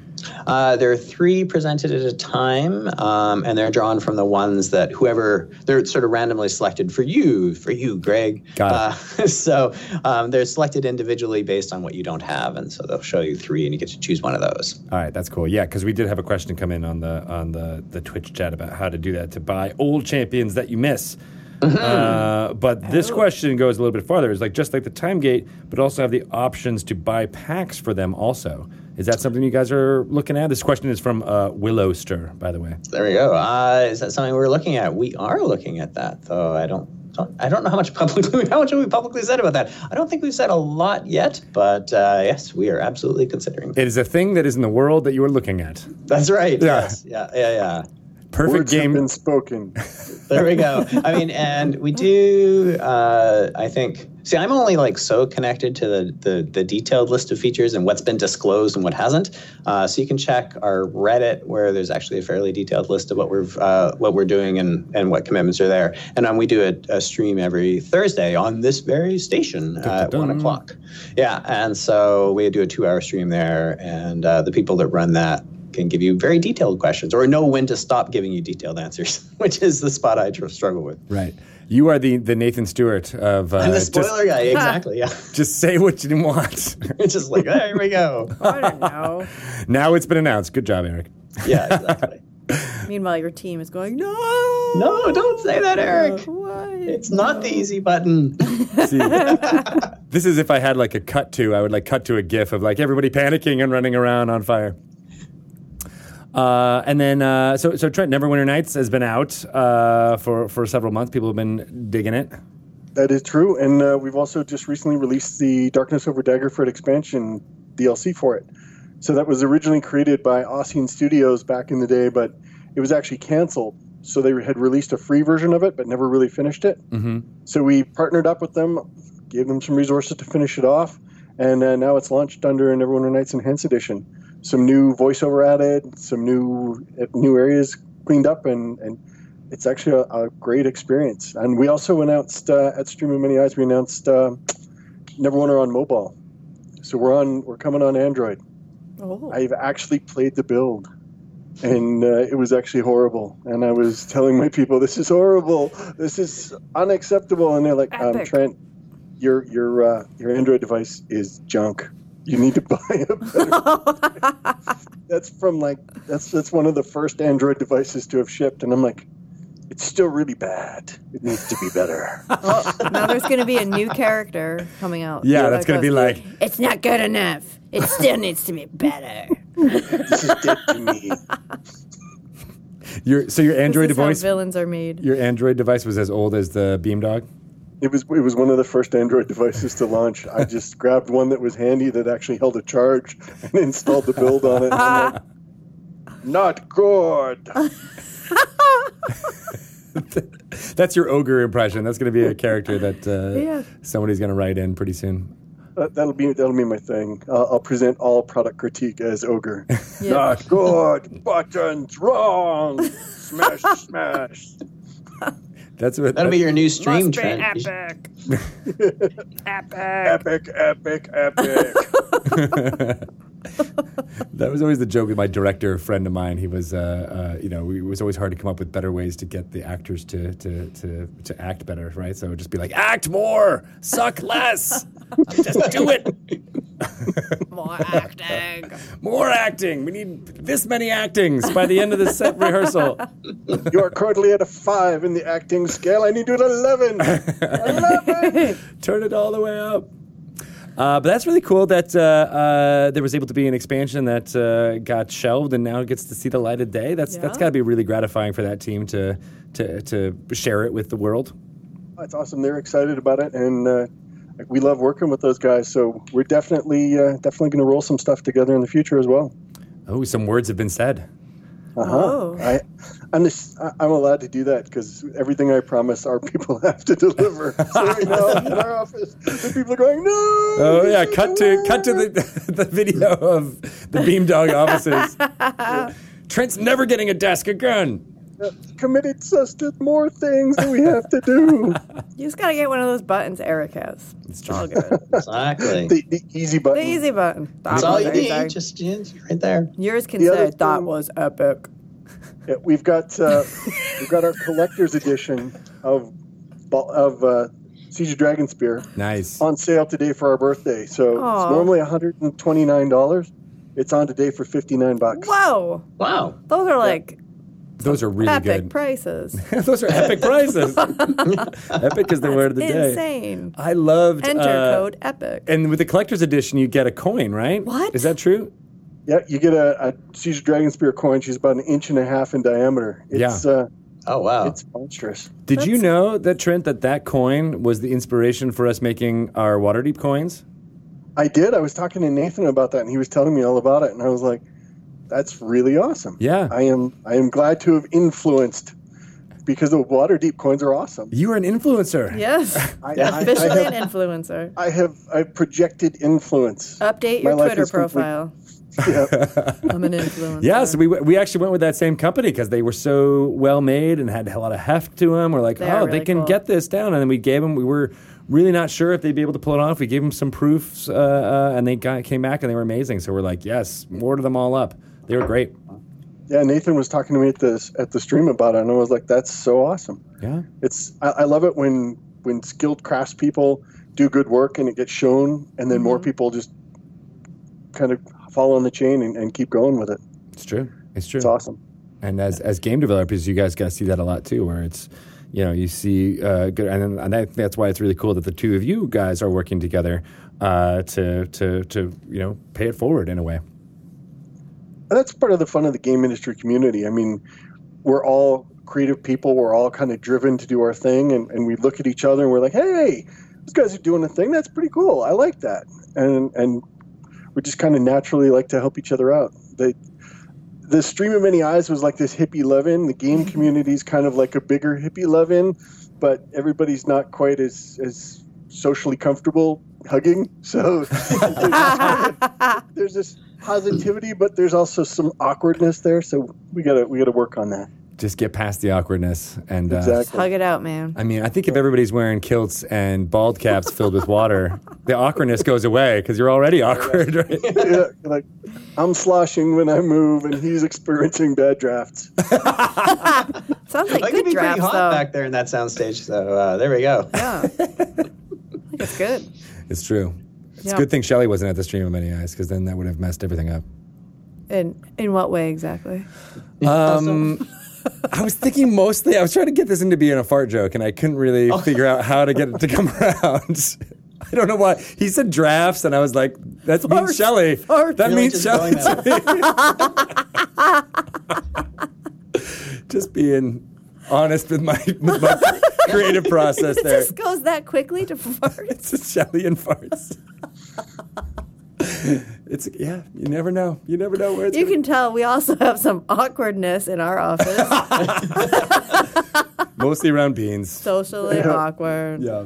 [SPEAKER 8] Uh, there are three presented at a time, um, and they're drawn from the ones that whoever they're sort of randomly selected for you, for you, Greg.
[SPEAKER 6] Got
[SPEAKER 8] Uh, so um, they're selected individually based on what you don't have, and so they'll show you three, and you get to choose one of those.
[SPEAKER 6] All right, that's cool. Yeah, because we did have a question come in on the on the the Twitch chat about how to do that to buy old champions that you miss. Uh, but this question goes a little bit farther. It's like just like the time gate, but also have the options to buy packs for them. Also, is that something you guys are looking at? This question is from uh, Willowster, by the way.
[SPEAKER 8] There we go. Uh, is that something we're looking at? We are looking at that, though. I don't. don't- I don't know how much publicly how much have we publicly said about that. I don't think we've said a lot yet, but uh, yes, we are absolutely considering.
[SPEAKER 6] It is a thing that is in the world that you are looking at.
[SPEAKER 8] That's right.
[SPEAKER 6] Yeah.
[SPEAKER 8] Yes. Yeah. Yeah. Yeah.
[SPEAKER 6] Perfect
[SPEAKER 7] Words
[SPEAKER 6] game.
[SPEAKER 7] have been spoken.
[SPEAKER 8] There we go. I mean, and we do. Uh, I think. See, I'm only like so connected to the, the the detailed list of features and what's been disclosed and what hasn't. Uh, so you can check our Reddit, where there's actually a fairly detailed list of what we're uh, what we're doing and and what commitments are there. And um, we do a, a stream every Thursday on this very station uh, at one o'clock. Yeah, and so we do a two-hour stream there, and uh, the people that run that can give you very detailed questions or know when to stop giving you detailed answers, which is the spot I tr- struggle with.
[SPEAKER 6] Right. You are the, the Nathan Stewart of uh,
[SPEAKER 8] I'm the
[SPEAKER 6] just-
[SPEAKER 8] spoiler guy, exactly. Yeah,
[SPEAKER 6] Just, say what you want.
[SPEAKER 8] it's just like there we go.
[SPEAKER 2] I don't know.
[SPEAKER 6] now it's been announced. Good job, Eric.
[SPEAKER 8] Yeah, exactly.
[SPEAKER 2] Meanwhile, your team is going, no.
[SPEAKER 8] No, don't say that, Eric.
[SPEAKER 2] What?
[SPEAKER 8] It's not the easy button.
[SPEAKER 6] See, this is if I had like a cut to, I would like cut to a gif of like everybody panicking and running around on fire. Uh, and then, uh, so so Trent, Neverwinter Nights has been out uh, for for several months. People have been digging it.
[SPEAKER 7] That is true, and uh, we've also just recently released the Darkness Over Daggerford expansion DLC for it. So that was originally created by Ossian Studios back in the day, but it was actually canceled. So they had released a free version of it, but never really finished it.
[SPEAKER 6] Mm-hmm.
[SPEAKER 7] So we partnered up with them, gave them some resources to finish it off, and uh, now it's launched under an Everyone Nights Enhanced Edition. Some new voiceover added, some new uh, new areas cleaned up, and, and it's actually a, a great experience. And we also announced uh, at Stream of Many Eyes, we announced uh, Neverwinter on mobile. So we're on we're coming on Android.
[SPEAKER 2] Oh.
[SPEAKER 7] I've actually played the build, and uh, it was actually horrible. And I was telling my people, "This is horrible. This is unacceptable." And they're like, um,
[SPEAKER 3] Epic.
[SPEAKER 7] "Trent, your your uh, your Android device is junk. You need to buy a better." that's from like that's that's one of the first Android devices to have shipped, and I'm like. It's still really bad. It needs to be better.
[SPEAKER 2] Well, now there's going to be a new character coming out. "Oh,
[SPEAKER 6] Yeah, that's gonna be like
[SPEAKER 2] It's not good enough. It still needs to be better.
[SPEAKER 7] this is dead to me.
[SPEAKER 6] your so your Android
[SPEAKER 2] this is
[SPEAKER 6] device.
[SPEAKER 2] How villains are made.
[SPEAKER 6] Your Android device was as old as the Beamdog.
[SPEAKER 7] It was it was one of the first Android devices to launch. I just grabbed one that was handy that actually held a charge and installed the build on it. I'm like, Not good.
[SPEAKER 6] That's your ogre impression. That's going to be a character that uh,
[SPEAKER 2] Yeah.
[SPEAKER 6] somebody's going to write in pretty soon.
[SPEAKER 7] That, that'll be that'll be my thing. Uh, I'll present all product critique as ogre.
[SPEAKER 2] Yeah.
[SPEAKER 7] Not good. Buttons wrong. Smash smash.
[SPEAKER 6] That's what
[SPEAKER 8] That'll be your new stream,
[SPEAKER 3] Must be
[SPEAKER 8] Trent. You should-
[SPEAKER 3] epic. epic.
[SPEAKER 7] Epic epic epic.
[SPEAKER 6] That was always the joke with my director friend of mine. He was, uh, uh, you know, it was always hard to come up with better ways to get the actors to to to, to act better, right? So just be like, act more, suck less, just do it.
[SPEAKER 2] More acting.
[SPEAKER 6] More acting. We need this many actings by the end of the set rehearsal.
[SPEAKER 7] You are currently at a five in the acting scale. I need you at eleven. eleven.
[SPEAKER 6] Turn it all the way up. Uh, but that's really cool that uh, uh, there was able to be an expansion that uh, got shelved and now gets to see the light of day. That's that's
[SPEAKER 2] Yeah.
[SPEAKER 6] got to be really gratifying for that team to to to share it with the world.
[SPEAKER 7] That's Oh, awesome. They're excited about it, and uh, like, we love working with those guys. So we're definitely uh, definitely going to roll some stuff together in the future as well.
[SPEAKER 6] Oh, some words have been said.
[SPEAKER 2] Oh.
[SPEAKER 7] I, I'm just, I- I'm allowed to do that because everything I promise, our people have to deliver. So right now in our office, the people are going, "No!"
[SPEAKER 6] Oh yeah, cut to cut to the the video of the Beamdog offices. Trent's never getting a desk again.
[SPEAKER 7] committed us to more things that we have to do.
[SPEAKER 2] You just gotta get one of those buttons Eric has.
[SPEAKER 6] It's
[SPEAKER 2] It's all
[SPEAKER 6] true.
[SPEAKER 2] good. the
[SPEAKER 8] Exactly.
[SPEAKER 7] the, the easy button.
[SPEAKER 2] easy button. That
[SPEAKER 8] That's all
[SPEAKER 2] was
[SPEAKER 8] you need.
[SPEAKER 2] easy.
[SPEAKER 8] Just yeah, it's right there.
[SPEAKER 2] Yours can
[SPEAKER 7] The other
[SPEAKER 2] say that
[SPEAKER 7] thing-
[SPEAKER 2] was epic.
[SPEAKER 7] Yeah, we've got uh, we've got our collector's edition of Bal- of uh, Siege of Dragon Spear
[SPEAKER 6] Nice.
[SPEAKER 7] on sale today for our birthday. So
[SPEAKER 2] Aw.
[SPEAKER 7] it's normally one hundred and twenty nine dollars. It's on today for fifty nine bucks.
[SPEAKER 2] Whoa.
[SPEAKER 8] Wow.
[SPEAKER 2] Those are like
[SPEAKER 6] Those are really
[SPEAKER 2] epic
[SPEAKER 6] good.
[SPEAKER 2] prices.
[SPEAKER 6] Those are epic prizes. epic is the word of the day.
[SPEAKER 2] Insane.
[SPEAKER 6] I loved
[SPEAKER 2] Enter
[SPEAKER 6] uh,
[SPEAKER 2] code epic.
[SPEAKER 6] And with the collector's edition, you get a coin, right?
[SPEAKER 2] What?
[SPEAKER 6] is that true?
[SPEAKER 7] Yeah, you get a, a Siege of Dragon Spear coin. She's about an inch and a half in diameter. It's
[SPEAKER 6] Yeah.
[SPEAKER 7] uh,
[SPEAKER 8] Oh wow.
[SPEAKER 7] it's monstrous.
[SPEAKER 6] Did you
[SPEAKER 2] That's-
[SPEAKER 6] know that Trent that that coin was the inspiration for us making our Waterdeep coins?
[SPEAKER 7] I did. I was talking to Nathan about that, and he was telling me all about it, and I was like, "That's really awesome."
[SPEAKER 6] Yeah.
[SPEAKER 7] I am. I am glad to have influenced because the water deep coins are awesome.
[SPEAKER 6] You are an influencer.
[SPEAKER 2] Yes.
[SPEAKER 7] I, I, I
[SPEAKER 2] Officially an
[SPEAKER 7] have.
[SPEAKER 2] influencer.
[SPEAKER 7] I have. I projected influence.
[SPEAKER 2] Update
[SPEAKER 7] My
[SPEAKER 2] your
[SPEAKER 7] life
[SPEAKER 2] Twitter
[SPEAKER 7] is complete.
[SPEAKER 2] profile.
[SPEAKER 7] yeah.
[SPEAKER 2] I'm an influencer.
[SPEAKER 6] Yeah, so we, we actually went with that same company because they were so well made and had a lot of heft to them. We're like,
[SPEAKER 2] They
[SPEAKER 6] oh,
[SPEAKER 2] are
[SPEAKER 6] they
[SPEAKER 2] really
[SPEAKER 6] can
[SPEAKER 2] cool.
[SPEAKER 6] get this down. And then we gave them, we were really not sure if they'd be able to pull it off. We gave them some proofs uh, uh, and they got, came back and they were amazing. So we're like, yes, order them all up. They were great.
[SPEAKER 7] yeah. Nathan was talking to me at the at the stream about it, and I was like, "That's so awesome."
[SPEAKER 6] Yeah.
[SPEAKER 7] It's. I, I love it when when skilled craftspeople do good work and it gets shown, and then more people just kind of follow on the chain and, and keep going with it.
[SPEAKER 6] It's true. It's true.
[SPEAKER 7] It's awesome.
[SPEAKER 6] And as as game developers, you guys got to see that a lot too, where it's you know you see uh, good, and, then- and I think that's why it's really cool that the two of you guys are working together uh, to to to you know pay it forward in a way.
[SPEAKER 7] And that's part of the fun of the game industry community. I mean, we're all creative people. We're all kind of driven to do our thing, and, and we look at each other and we're like, "Hey, those guys are doing a thing. That's pretty cool. I like that." And and we just kind of naturally like to help each other out. They, the stream of many eyes was like this hippie leaven. The game community is kind of like a bigger hippie leaven, but everybody's not quite as as socially comfortable hugging. So there's this positivity, but there's also some awkwardness there. So we gotta we gotta work on that.
[SPEAKER 6] Just get past the awkwardness and. Uh,
[SPEAKER 7] Exactly.
[SPEAKER 2] Hug it out, man.
[SPEAKER 6] I mean, I think if everybody's wearing kilts and bald caps filled with water, the awkwardness goes away because you're already awkward, right?
[SPEAKER 7] yeah, like I'm sloshing when I move, and he's experiencing bad drafts.
[SPEAKER 2] Sounds
[SPEAKER 8] That
[SPEAKER 2] like good
[SPEAKER 8] could be pretty
[SPEAKER 2] drafts
[SPEAKER 8] hot
[SPEAKER 2] though.
[SPEAKER 8] back there in that soundstage. So uh, there we go.
[SPEAKER 2] Yeah. I think it's good.
[SPEAKER 6] It's true. It's
[SPEAKER 2] Yeah.
[SPEAKER 6] a good thing Shelly wasn't at the stream of many eyes because then that would have messed everything up.
[SPEAKER 2] In in what way exactly?
[SPEAKER 6] Um, I was thinking mostly. I was trying to get this into being a fart joke, and I couldn't really
[SPEAKER 2] Oh.
[SPEAKER 6] figure out how to get it to come around. I don't know why he said drafts, and I was like, "That means Shelly. That
[SPEAKER 8] Really
[SPEAKER 6] means
[SPEAKER 8] just
[SPEAKER 6] Shelly."
[SPEAKER 8] going there.
[SPEAKER 6] Just being honest with my, with my creative process
[SPEAKER 2] It
[SPEAKER 6] there.
[SPEAKER 2] just goes that quickly to fart.
[SPEAKER 6] It's just Shelly and farts. it's yeah. You never know. You never know where it's.
[SPEAKER 2] You
[SPEAKER 6] gonna-
[SPEAKER 2] can tell we also have some awkwardness in our office.
[SPEAKER 6] mostly around beans.
[SPEAKER 2] Socially awkward.
[SPEAKER 6] yeah,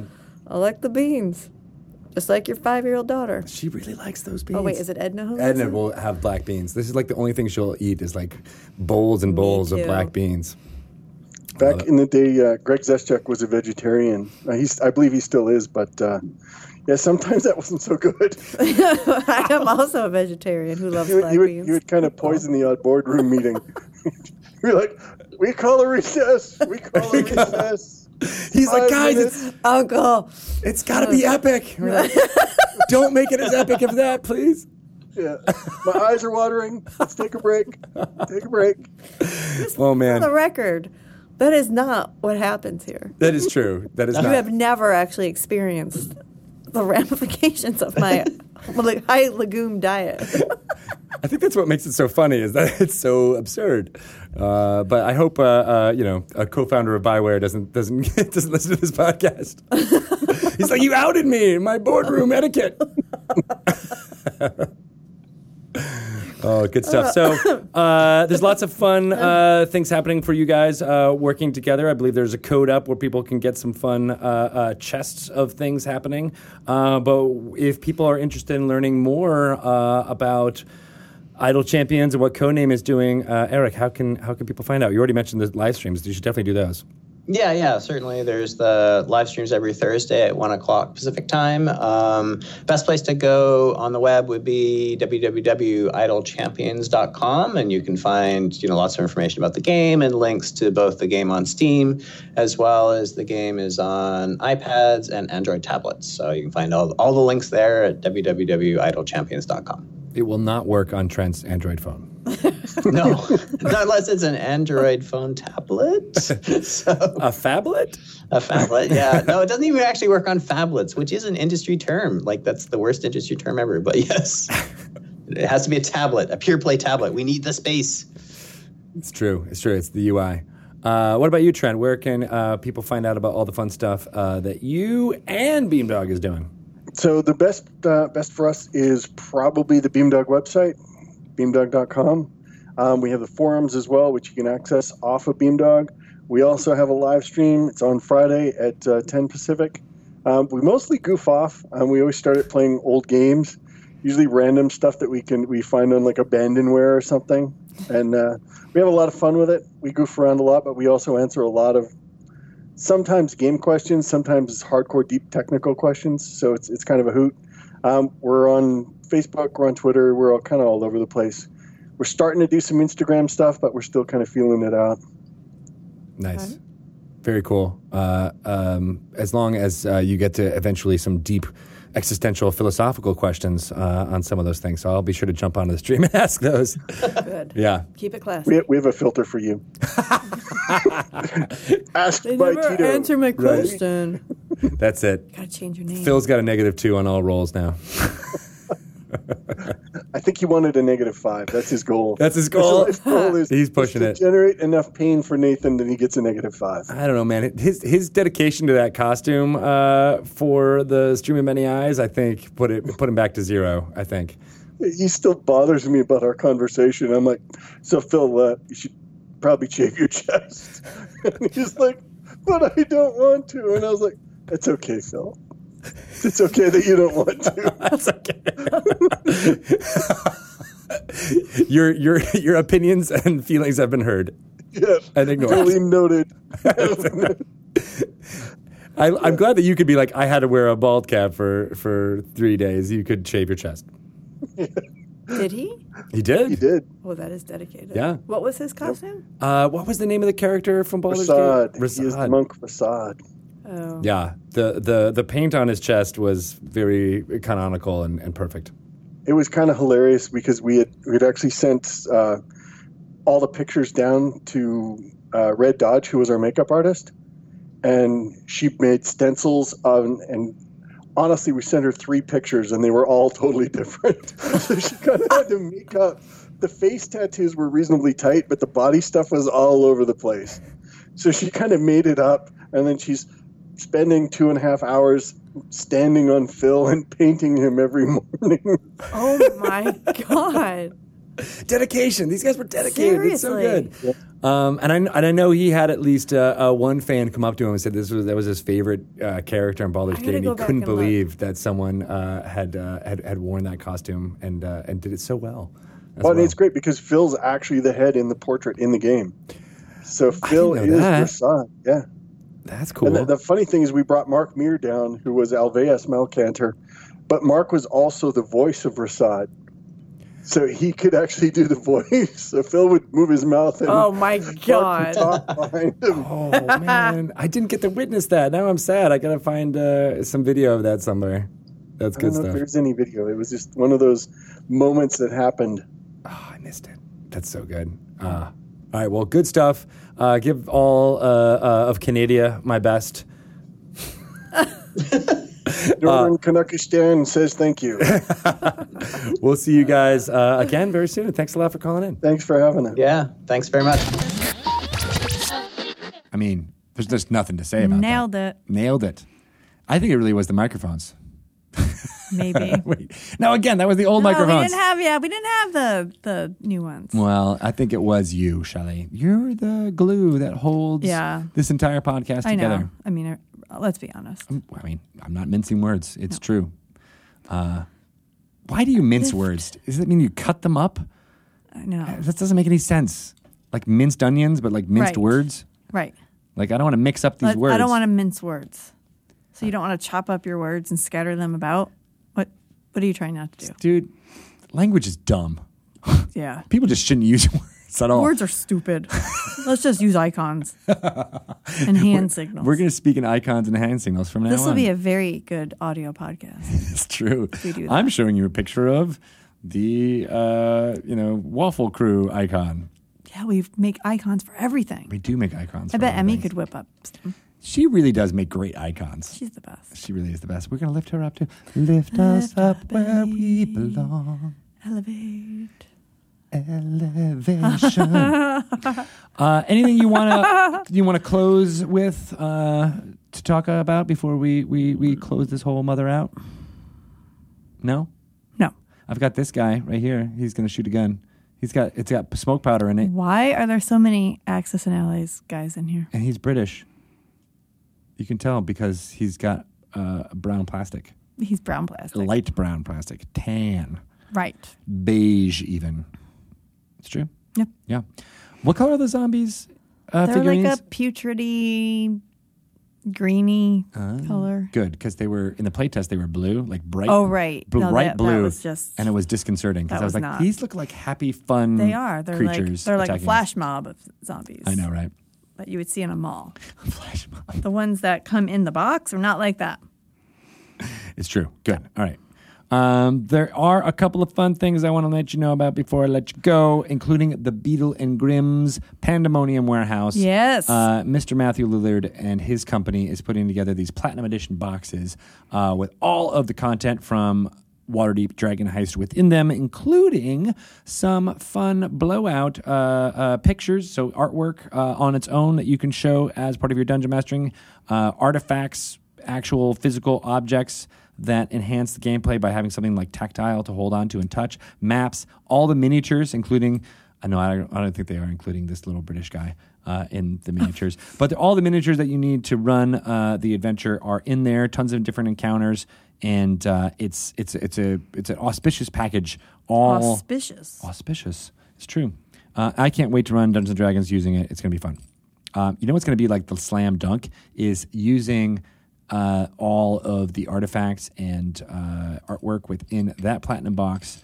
[SPEAKER 2] I like the beans. Just like your five year old daughter.
[SPEAKER 6] she really likes those beans.
[SPEAKER 2] Oh wait, is it Edna who
[SPEAKER 6] Edna will have black beans. This is like the only thing she'll eat is like bowls and bowls of
[SPEAKER 2] too.
[SPEAKER 6] black beans.
[SPEAKER 7] Back in the day, uh, Greg Zeschek was a vegetarian. Uh, he's I believe he still is, but uh, yeah, sometimes that wasn't so good.
[SPEAKER 2] I am also a vegetarian who loves
[SPEAKER 7] You would,
[SPEAKER 2] black
[SPEAKER 7] you would,
[SPEAKER 2] beans.
[SPEAKER 7] you would kind of poison the odd boardroom meeting. You're like, we call a recess. We call a recess.
[SPEAKER 6] He's like,
[SPEAKER 2] Oh,
[SPEAKER 7] Five
[SPEAKER 6] guys,
[SPEAKER 7] minutes."
[SPEAKER 6] it's,
[SPEAKER 2] Uncle.
[SPEAKER 6] it's got
[SPEAKER 2] Oh,
[SPEAKER 6] to be epic. We're like, Don't make it as epic as that, please.
[SPEAKER 7] Yeah. My eyes are watering. Let's take a break. Take a break.
[SPEAKER 6] Oh
[SPEAKER 2] On the
[SPEAKER 6] man,
[SPEAKER 2] record, that is not what happens here.
[SPEAKER 6] that is true. That is
[SPEAKER 2] You
[SPEAKER 6] not.
[SPEAKER 2] have never actually experienced the ramifications of my like, high legume diet.
[SPEAKER 6] I think that's what makes it so funny is that it's so absurd. Uh, but I hope uh, uh, you know a co-founder of Bioware doesn't doesn't doesn't listen to this podcast. He's like, you outed me in my boardroom etiquette. Oh, good stuff. So uh, there's lots of fun uh, things happening for you guys uh, working together. I believe there's a code up where people can get some fun uh, uh, chests of things happening. Uh, but if people are interested in learning more uh, about Idol Champions and what Codename is doing, uh, Eric, how can how can people find out? You already mentioned the live streams. You should definitely do those.
[SPEAKER 8] Yeah, yeah, certainly. There's the live streams every Thursday at one o'clock Pacific time. Um, best place to go on the web would be www.idlechampions.com, and you can find you know lots of information about the game and links to both the game on Steam as well as the game is on iPads and Android tablets. So you can find all all the links there at www.idlechampions.com.
[SPEAKER 6] It will not work on Trent's Android phone.
[SPEAKER 8] No, not unless it's an Android phone tablet. so.
[SPEAKER 6] A phablet?
[SPEAKER 8] A phablet, yeah. No, it doesn't even actually work on phablets, which is an industry term. Like that's the worst industry term ever. But yes, it has to be a tablet, a pure play tablet. We need the space.
[SPEAKER 6] It's true. It's true. It's the UI. Uh, what about you, Trent? Where can uh, people find out about all the fun stuff uh, that you and Beamdog is doing?
[SPEAKER 7] So the best uh, best for us is probably the Beamdog website, beamdog.com. Um, we have the forums as well, which you can access off of Beamdog. We also have a live stream. It's on Friday at uh, 10 Pacific. Um, we mostly goof off. Um, we always start at playing old games, usually random stuff that we can we find on like abandonware or something, and uh, we have a lot of fun with it. We goof around a lot, but we also answer a lot of sometimes game questions, sometimes it's hardcore deep technical questions. So it's it's kind of a hoot. Um, we're on Facebook, we're on Twitter, we're all kind of all over the place. We're starting to do some Instagram stuff, but we're still kind of feeling it out.
[SPEAKER 6] Nice. Very cool. Uh, um, as long as uh, you get to eventually some deep existential philosophical questions uh, on some of those things. So I'll be sure to jump onto the stream and ask those.
[SPEAKER 2] Good.
[SPEAKER 6] yeah.
[SPEAKER 2] Keep it
[SPEAKER 7] We
[SPEAKER 2] classy.
[SPEAKER 7] have, we have a filter for you. Asked
[SPEAKER 3] They
[SPEAKER 7] by
[SPEAKER 3] never
[SPEAKER 7] Tito.
[SPEAKER 3] answer my question.
[SPEAKER 6] That's it.
[SPEAKER 2] Gotta change your name.
[SPEAKER 6] Phil's got a negative two on all rolls now.
[SPEAKER 7] I think he wanted a negative five. That's his goal.
[SPEAKER 6] That's his
[SPEAKER 7] His
[SPEAKER 6] goal.
[SPEAKER 7] life goal is-
[SPEAKER 6] He's
[SPEAKER 7] is
[SPEAKER 6] pushing
[SPEAKER 7] to
[SPEAKER 6] it.
[SPEAKER 7] Generate enough pain for Nathan that he gets a negative five.
[SPEAKER 6] I don't know, man. His his dedication to that costume uh, for the stream of many eyes, I think, put it put him back to zero. I think.
[SPEAKER 7] he still bothers me about our conversation. I'm like, so Phil, uh, you should probably shave your chest. and he's like, but I don't want to. And I was like, it's okay, Phil. It's okay that you don't want to.
[SPEAKER 6] That's okay. your your your opinions and feelings have been heard
[SPEAKER 7] Yeah,
[SPEAKER 6] and ignored.
[SPEAKER 7] totally noted.
[SPEAKER 6] I, I'm glad that you could be like, I had to wear a bald cap for for three days. You could shave your chest.
[SPEAKER 2] Did he?
[SPEAKER 6] He did.
[SPEAKER 7] He did.
[SPEAKER 2] Well, that is dedicated.
[SPEAKER 6] Yeah.
[SPEAKER 2] What was his costume?
[SPEAKER 6] Uh, what was the name of the character from Baldur's
[SPEAKER 7] Rasad.
[SPEAKER 6] Gate?
[SPEAKER 7] He is the
[SPEAKER 6] Rasad.
[SPEAKER 7] monk Rasad.
[SPEAKER 2] Oh.
[SPEAKER 6] Yeah, the, the the paint on his chest was very canonical and, and perfect.
[SPEAKER 7] It was kind of hilarious because we had we had actually sent uh, all the pictures down to uh, Red Dodge, who was our makeup artist, and she made stencils on and. Honestly, we sent her three pictures and they were all totally different. so she kind of had to make up. The face tattoos were reasonably tight, but the body stuff was all over the place. So she kind of made it up, and then she's spending two and a half hours standing on Phil and painting him every morning.
[SPEAKER 2] Oh my God.
[SPEAKER 6] dedication. These guys were dedicated. It's so
[SPEAKER 2] Seriously.
[SPEAKER 6] good. Um, and I and I know he had at least uh, uh, one fan come up to him and said this was that was his favorite uh, character in Baldur's
[SPEAKER 2] I
[SPEAKER 6] Gate,
[SPEAKER 2] gotta
[SPEAKER 6] and
[SPEAKER 2] go
[SPEAKER 6] he
[SPEAKER 2] back
[SPEAKER 6] couldn't
[SPEAKER 2] and look.
[SPEAKER 6] believe that someone uh, had, uh, had had worn that costume and uh, and did it so well. as
[SPEAKER 7] Well, and
[SPEAKER 6] well.
[SPEAKER 7] it's great because Phil's actually the head in the portrait in the game. So Phil
[SPEAKER 6] know
[SPEAKER 7] is
[SPEAKER 6] that.
[SPEAKER 7] your son. Yeah.
[SPEAKER 6] That's cool.
[SPEAKER 7] And the, the funny thing is, we brought Mark Meer down, who was Alveus Malcantor, but Mark was also the voice of Rasad. So he could actually do the voice. So Phil would move his mouth and
[SPEAKER 2] Oh my
[SPEAKER 7] Mark
[SPEAKER 2] god.
[SPEAKER 7] would talk behind him.
[SPEAKER 6] oh man, I didn't get to witness that. Now I'm sad. I gotta find uh, some video of that somewhere. That's
[SPEAKER 7] I don't
[SPEAKER 6] good
[SPEAKER 7] know if
[SPEAKER 6] stuff.
[SPEAKER 7] there's any video. It was just one of those moments that happened.
[SPEAKER 6] Oh, I missed it. That's so good. Uh, all right, well, good stuff. Uh, give all uh, uh, of Canada my best. Uh,
[SPEAKER 7] Northern Kanakistan says thank you.
[SPEAKER 6] We'll see you guys uh, again very soon. And Thanks a lot for calling in.
[SPEAKER 7] Thanks for having us.
[SPEAKER 8] Yeah, thanks very much.
[SPEAKER 1] I mean, there's just nothing to say about
[SPEAKER 3] Nailed
[SPEAKER 1] that.
[SPEAKER 3] it.
[SPEAKER 1] Nailed it. I think it really was the microphones.
[SPEAKER 3] Maybe.
[SPEAKER 1] Wait, now again, that was the old
[SPEAKER 3] No, we
[SPEAKER 1] microphones.
[SPEAKER 3] didn't have yeah, we didn't have the the new ones.
[SPEAKER 1] well, I think it was you, Shelley. You're the glue that holds
[SPEAKER 3] Yeah.
[SPEAKER 1] this entire podcast
[SPEAKER 3] I
[SPEAKER 1] together.
[SPEAKER 3] know. I mean,
[SPEAKER 2] uh,
[SPEAKER 3] I, let's be honest.
[SPEAKER 1] I mean, I'm not mincing words. It's true. Uh, why do you mince words? Does that mean you cut them up? Uh,
[SPEAKER 3] I know.
[SPEAKER 1] That doesn't make any sense. Like minced onions, but like minced
[SPEAKER 3] Right.
[SPEAKER 1] words.
[SPEAKER 3] Right.
[SPEAKER 1] Like I don't want to mix up these
[SPEAKER 3] Let-
[SPEAKER 1] words.
[SPEAKER 3] I don't want to mince words. So you don't want to chop up your words and scatter them about. What What are you trying not to do?
[SPEAKER 1] dude. Language is dumb.
[SPEAKER 3] Yeah.
[SPEAKER 1] People just shouldn't use words at all.
[SPEAKER 3] Words are stupid. Let's just use icons and hand signals.
[SPEAKER 1] We're going to speak in icons and hand signals from now
[SPEAKER 3] this
[SPEAKER 1] on.
[SPEAKER 3] will be a very good audio podcast.
[SPEAKER 1] It's true.
[SPEAKER 3] we do that.
[SPEAKER 1] I'm showing you a picture of the uh, you know waffle crew icon.
[SPEAKER 3] Yeah, we make icons for everything.
[SPEAKER 1] We do make icons.
[SPEAKER 3] I
[SPEAKER 1] for
[SPEAKER 3] bet
[SPEAKER 1] other
[SPEAKER 3] Emmy
[SPEAKER 1] things.
[SPEAKER 3] could whip up. some.
[SPEAKER 1] She really does make great icons.
[SPEAKER 3] She's the best.
[SPEAKER 1] She really is the best. We're going to lift her up too. Lift us up where we belong.
[SPEAKER 3] Elevate.
[SPEAKER 1] Elevation. uh, anything you want to you want to close with uh, to talk about before we, we we close this whole mother out? No,
[SPEAKER 3] No.
[SPEAKER 1] I've got this guy right here. He's going to shoot a gun. He's got it's got smoke powder in it,
[SPEAKER 3] Why are there so many Axis and Allies guys in here?
[SPEAKER 1] and he's British. You can tell because he's got uh, brown plastic,
[SPEAKER 3] He's brown plastic.
[SPEAKER 1] light brown plastic, tan.
[SPEAKER 3] Right.
[SPEAKER 1] beige even. It's true.
[SPEAKER 3] Yep.
[SPEAKER 1] Yeah. What color are the zombies uh,
[SPEAKER 3] They're like
[SPEAKER 1] figurines?
[SPEAKER 3] a putridy, greeny
[SPEAKER 1] Oh.
[SPEAKER 3] color.
[SPEAKER 1] Good, because they were in the playtest. They were blue, like bright.
[SPEAKER 3] Oh, right.
[SPEAKER 1] bl-
[SPEAKER 3] No,
[SPEAKER 1] bright
[SPEAKER 3] that- that
[SPEAKER 1] blue.
[SPEAKER 3] was just-
[SPEAKER 1] and it was disconcerting because
[SPEAKER 3] that
[SPEAKER 1] I was
[SPEAKER 3] was
[SPEAKER 1] like,
[SPEAKER 3] not-
[SPEAKER 1] these look like happy, fun.
[SPEAKER 3] They are. They're
[SPEAKER 1] Mm. creatures.
[SPEAKER 3] like they're like a
[SPEAKER 1] attacking us.
[SPEAKER 3] flash mob of zombies.
[SPEAKER 1] I know, right?
[SPEAKER 3] That you would see in a mall.
[SPEAKER 1] flash mob.
[SPEAKER 3] The ones that come in the box are not like that.
[SPEAKER 1] It's true. Good. All right. Um, there are a couple of fun things I want to let you know about before I let you go, including the Beetle and Grimm's Pandemonium Warehouse.
[SPEAKER 3] Yes.
[SPEAKER 1] Uh, Mr. Matthew Lillard and his company is putting together these platinum edition boxes uh, with all of the content from Waterdeep Dragon Heist within them, including some fun blowout uh, uh, pictures, so artwork uh, on its own that you can show as part of your dungeon mastering, uh, artifacts, actual physical objects that enhance the gameplay by having something like tactile to hold on to and touch, maps, all the miniatures, including. I know I don't, I don't think they are including this little British guy uh, in the miniatures, but the- all the miniatures that you need to run uh, the adventure are in there. Tons of different encounters, and uh, it's it's it's a it's an auspicious package. All
[SPEAKER 3] Auspicious.
[SPEAKER 1] auspicious. It's true. Uh, I can't wait to run Dungeons and Dragons using it. It's going to be fun. Um, you know what's going to be like the slam dunk is using uh, all of the artifacts and uh, artwork within that platinum box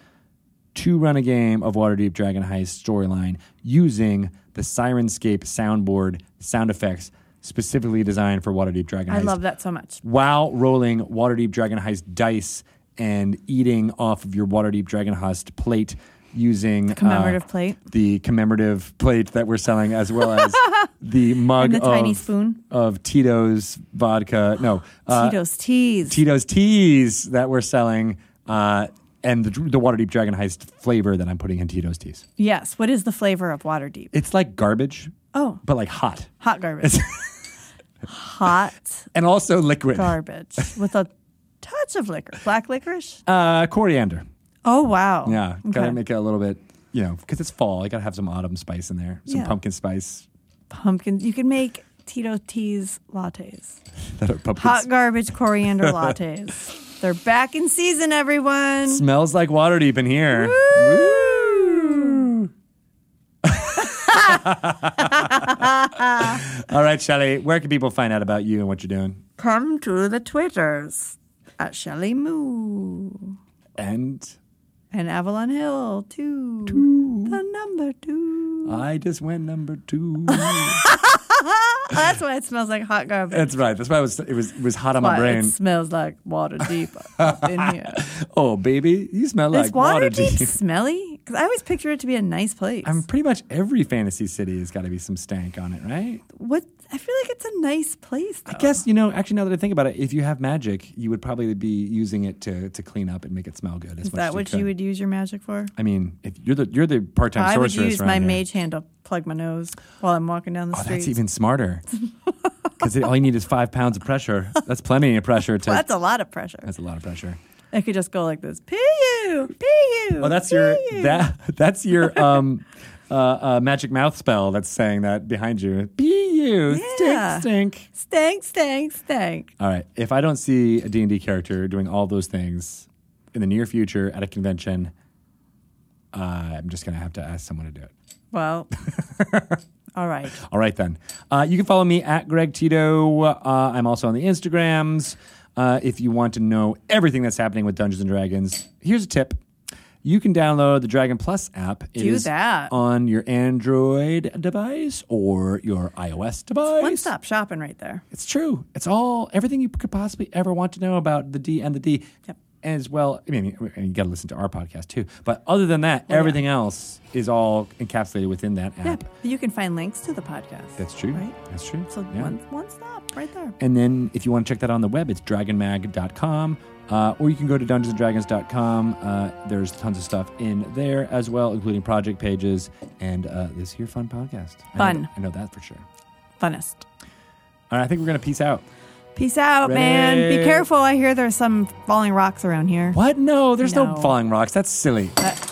[SPEAKER 1] to run a game of Waterdeep Dragon Heist storyline using the Sirenscape soundboard sound effects specifically designed for Waterdeep Dragon
[SPEAKER 3] I
[SPEAKER 1] Heist
[SPEAKER 3] love that so much.
[SPEAKER 1] while rolling Waterdeep Dragon Heist dice and eating off of your Waterdeep Dragon Heist plate using the
[SPEAKER 3] commemorative plate.
[SPEAKER 1] the commemorative plate that we're selling, as well as the mug
[SPEAKER 3] And the
[SPEAKER 1] of,
[SPEAKER 3] tiny spoon.
[SPEAKER 1] of Tito's vodka. No, uh,
[SPEAKER 3] Tito's teas.
[SPEAKER 1] Tito's teas that we're selling, uh, and the, the Waterdeep Dragon Heist flavor that I'm putting in Tito's teas.
[SPEAKER 3] yes. What is the flavor of Waterdeep?
[SPEAKER 1] It's like garbage,
[SPEAKER 3] Oh,
[SPEAKER 1] but like hot,
[SPEAKER 3] hot garbage. hot
[SPEAKER 1] and also liquid.
[SPEAKER 3] garbage with a touch of liquor, black licorice.
[SPEAKER 1] Uh, coriander.
[SPEAKER 3] Oh wow.
[SPEAKER 1] Yeah, gotta
[SPEAKER 3] Okay.
[SPEAKER 1] make it a little bit, you know, because it's fall. I gotta have some autumn spice in there, some
[SPEAKER 3] Yeah.
[SPEAKER 1] pumpkin spice.
[SPEAKER 3] pumpkin. You can make Tito teas lattes.
[SPEAKER 1] That are pumpkin
[SPEAKER 3] Hot
[SPEAKER 1] sp-
[SPEAKER 3] garbage coriander lattes. They're back in season, everyone.
[SPEAKER 1] smells like water deep in here. Woo! All right, Shelly, where can people find out about you and what you're doing?
[SPEAKER 3] Come to the Twitters at Shelley Moo
[SPEAKER 1] And
[SPEAKER 3] and Avalon Hill too. The number two.
[SPEAKER 1] I just went number two.
[SPEAKER 3] Oh, that's why it smells like hot garbage.
[SPEAKER 1] That's right. That's why it was it was it was hot on my
[SPEAKER 3] Why
[SPEAKER 1] brain.
[SPEAKER 3] It smells like water deep up in here.
[SPEAKER 1] oh, baby, you smell
[SPEAKER 3] Is
[SPEAKER 1] like water
[SPEAKER 3] Waterdeep
[SPEAKER 1] deep.
[SPEAKER 3] smelly? Because I always picture it to be a nice place.
[SPEAKER 1] I'm pretty much every fantasy city has got to be some stank on it, right?
[SPEAKER 3] what I feel like it's a nice place. Though.
[SPEAKER 1] I guess you know. Actually, now that I think about it, if you have magic, you would probably be using it to to clean up and make it smell good. As
[SPEAKER 3] is that what you would use your magic for?
[SPEAKER 1] I mean, if you're the you're the part time
[SPEAKER 3] I would
[SPEAKER 1] sorceress
[SPEAKER 3] use
[SPEAKER 1] around
[SPEAKER 3] my
[SPEAKER 1] here.
[SPEAKER 3] mage hand to plug my nose while I'm walking down the
[SPEAKER 1] Oh,
[SPEAKER 3] street.
[SPEAKER 1] that's even smarter. Because all you need is five pounds of pressure. That's plenty of pressure. To,
[SPEAKER 3] Well, that's a lot of pressure.
[SPEAKER 1] that's a lot of pressure.
[SPEAKER 3] I could just go like this. Pee you, pee you.
[SPEAKER 1] Oh, that's your
[SPEAKER 3] pee you.
[SPEAKER 1] that that's your um uh, uh magic mouth spell that's saying that behind you. Be you
[SPEAKER 3] Yeah.
[SPEAKER 1] stink stink.
[SPEAKER 3] stank, stank, stank.
[SPEAKER 1] All right, if I don't see a D&D character doing all those things in the near future at a convention, uh, I'm just going to have to ask someone to do it.
[SPEAKER 3] Well, all right.
[SPEAKER 1] All right, then. Uh, you can follow me at Greg Tito. Uh, I'm also on the Instagrams. Uh, if you want to know everything that's happening with Dungeons and Dragons, here's a tip. You can download the Dragon Plus app. It
[SPEAKER 3] Do
[SPEAKER 1] is
[SPEAKER 3] that.
[SPEAKER 1] on your Android device or your iOS device.
[SPEAKER 3] One stop shopping right there.
[SPEAKER 1] It's true. It's all everything you could possibly ever want to know about the D and the D. As well, I mean, I mean, you got to listen to our podcast too. But other than that, everything else is all encapsulated within that app.
[SPEAKER 3] You can find links to the podcast.
[SPEAKER 1] That's true.
[SPEAKER 3] Right?
[SPEAKER 1] That's true.
[SPEAKER 3] So
[SPEAKER 1] Yeah.
[SPEAKER 3] one, one stop right there.
[SPEAKER 1] And then if you want to check that on the web, it's dragonmag.com. Uh, or you can go to dungeonsanddragons.com. Uh, there's tons of stuff in there as well, including project pages and uh, this here fun podcast. I know,
[SPEAKER 3] Fun.
[SPEAKER 1] I know that for sure.
[SPEAKER 3] Funnest.
[SPEAKER 1] All right, I think we're going to peace out.
[SPEAKER 3] Peace out, man.
[SPEAKER 1] Ready?
[SPEAKER 3] Be careful. I hear there's some falling rocks around here.
[SPEAKER 1] What? No, there's no,
[SPEAKER 3] No.
[SPEAKER 1] falling rocks. That's silly.
[SPEAKER 3] That-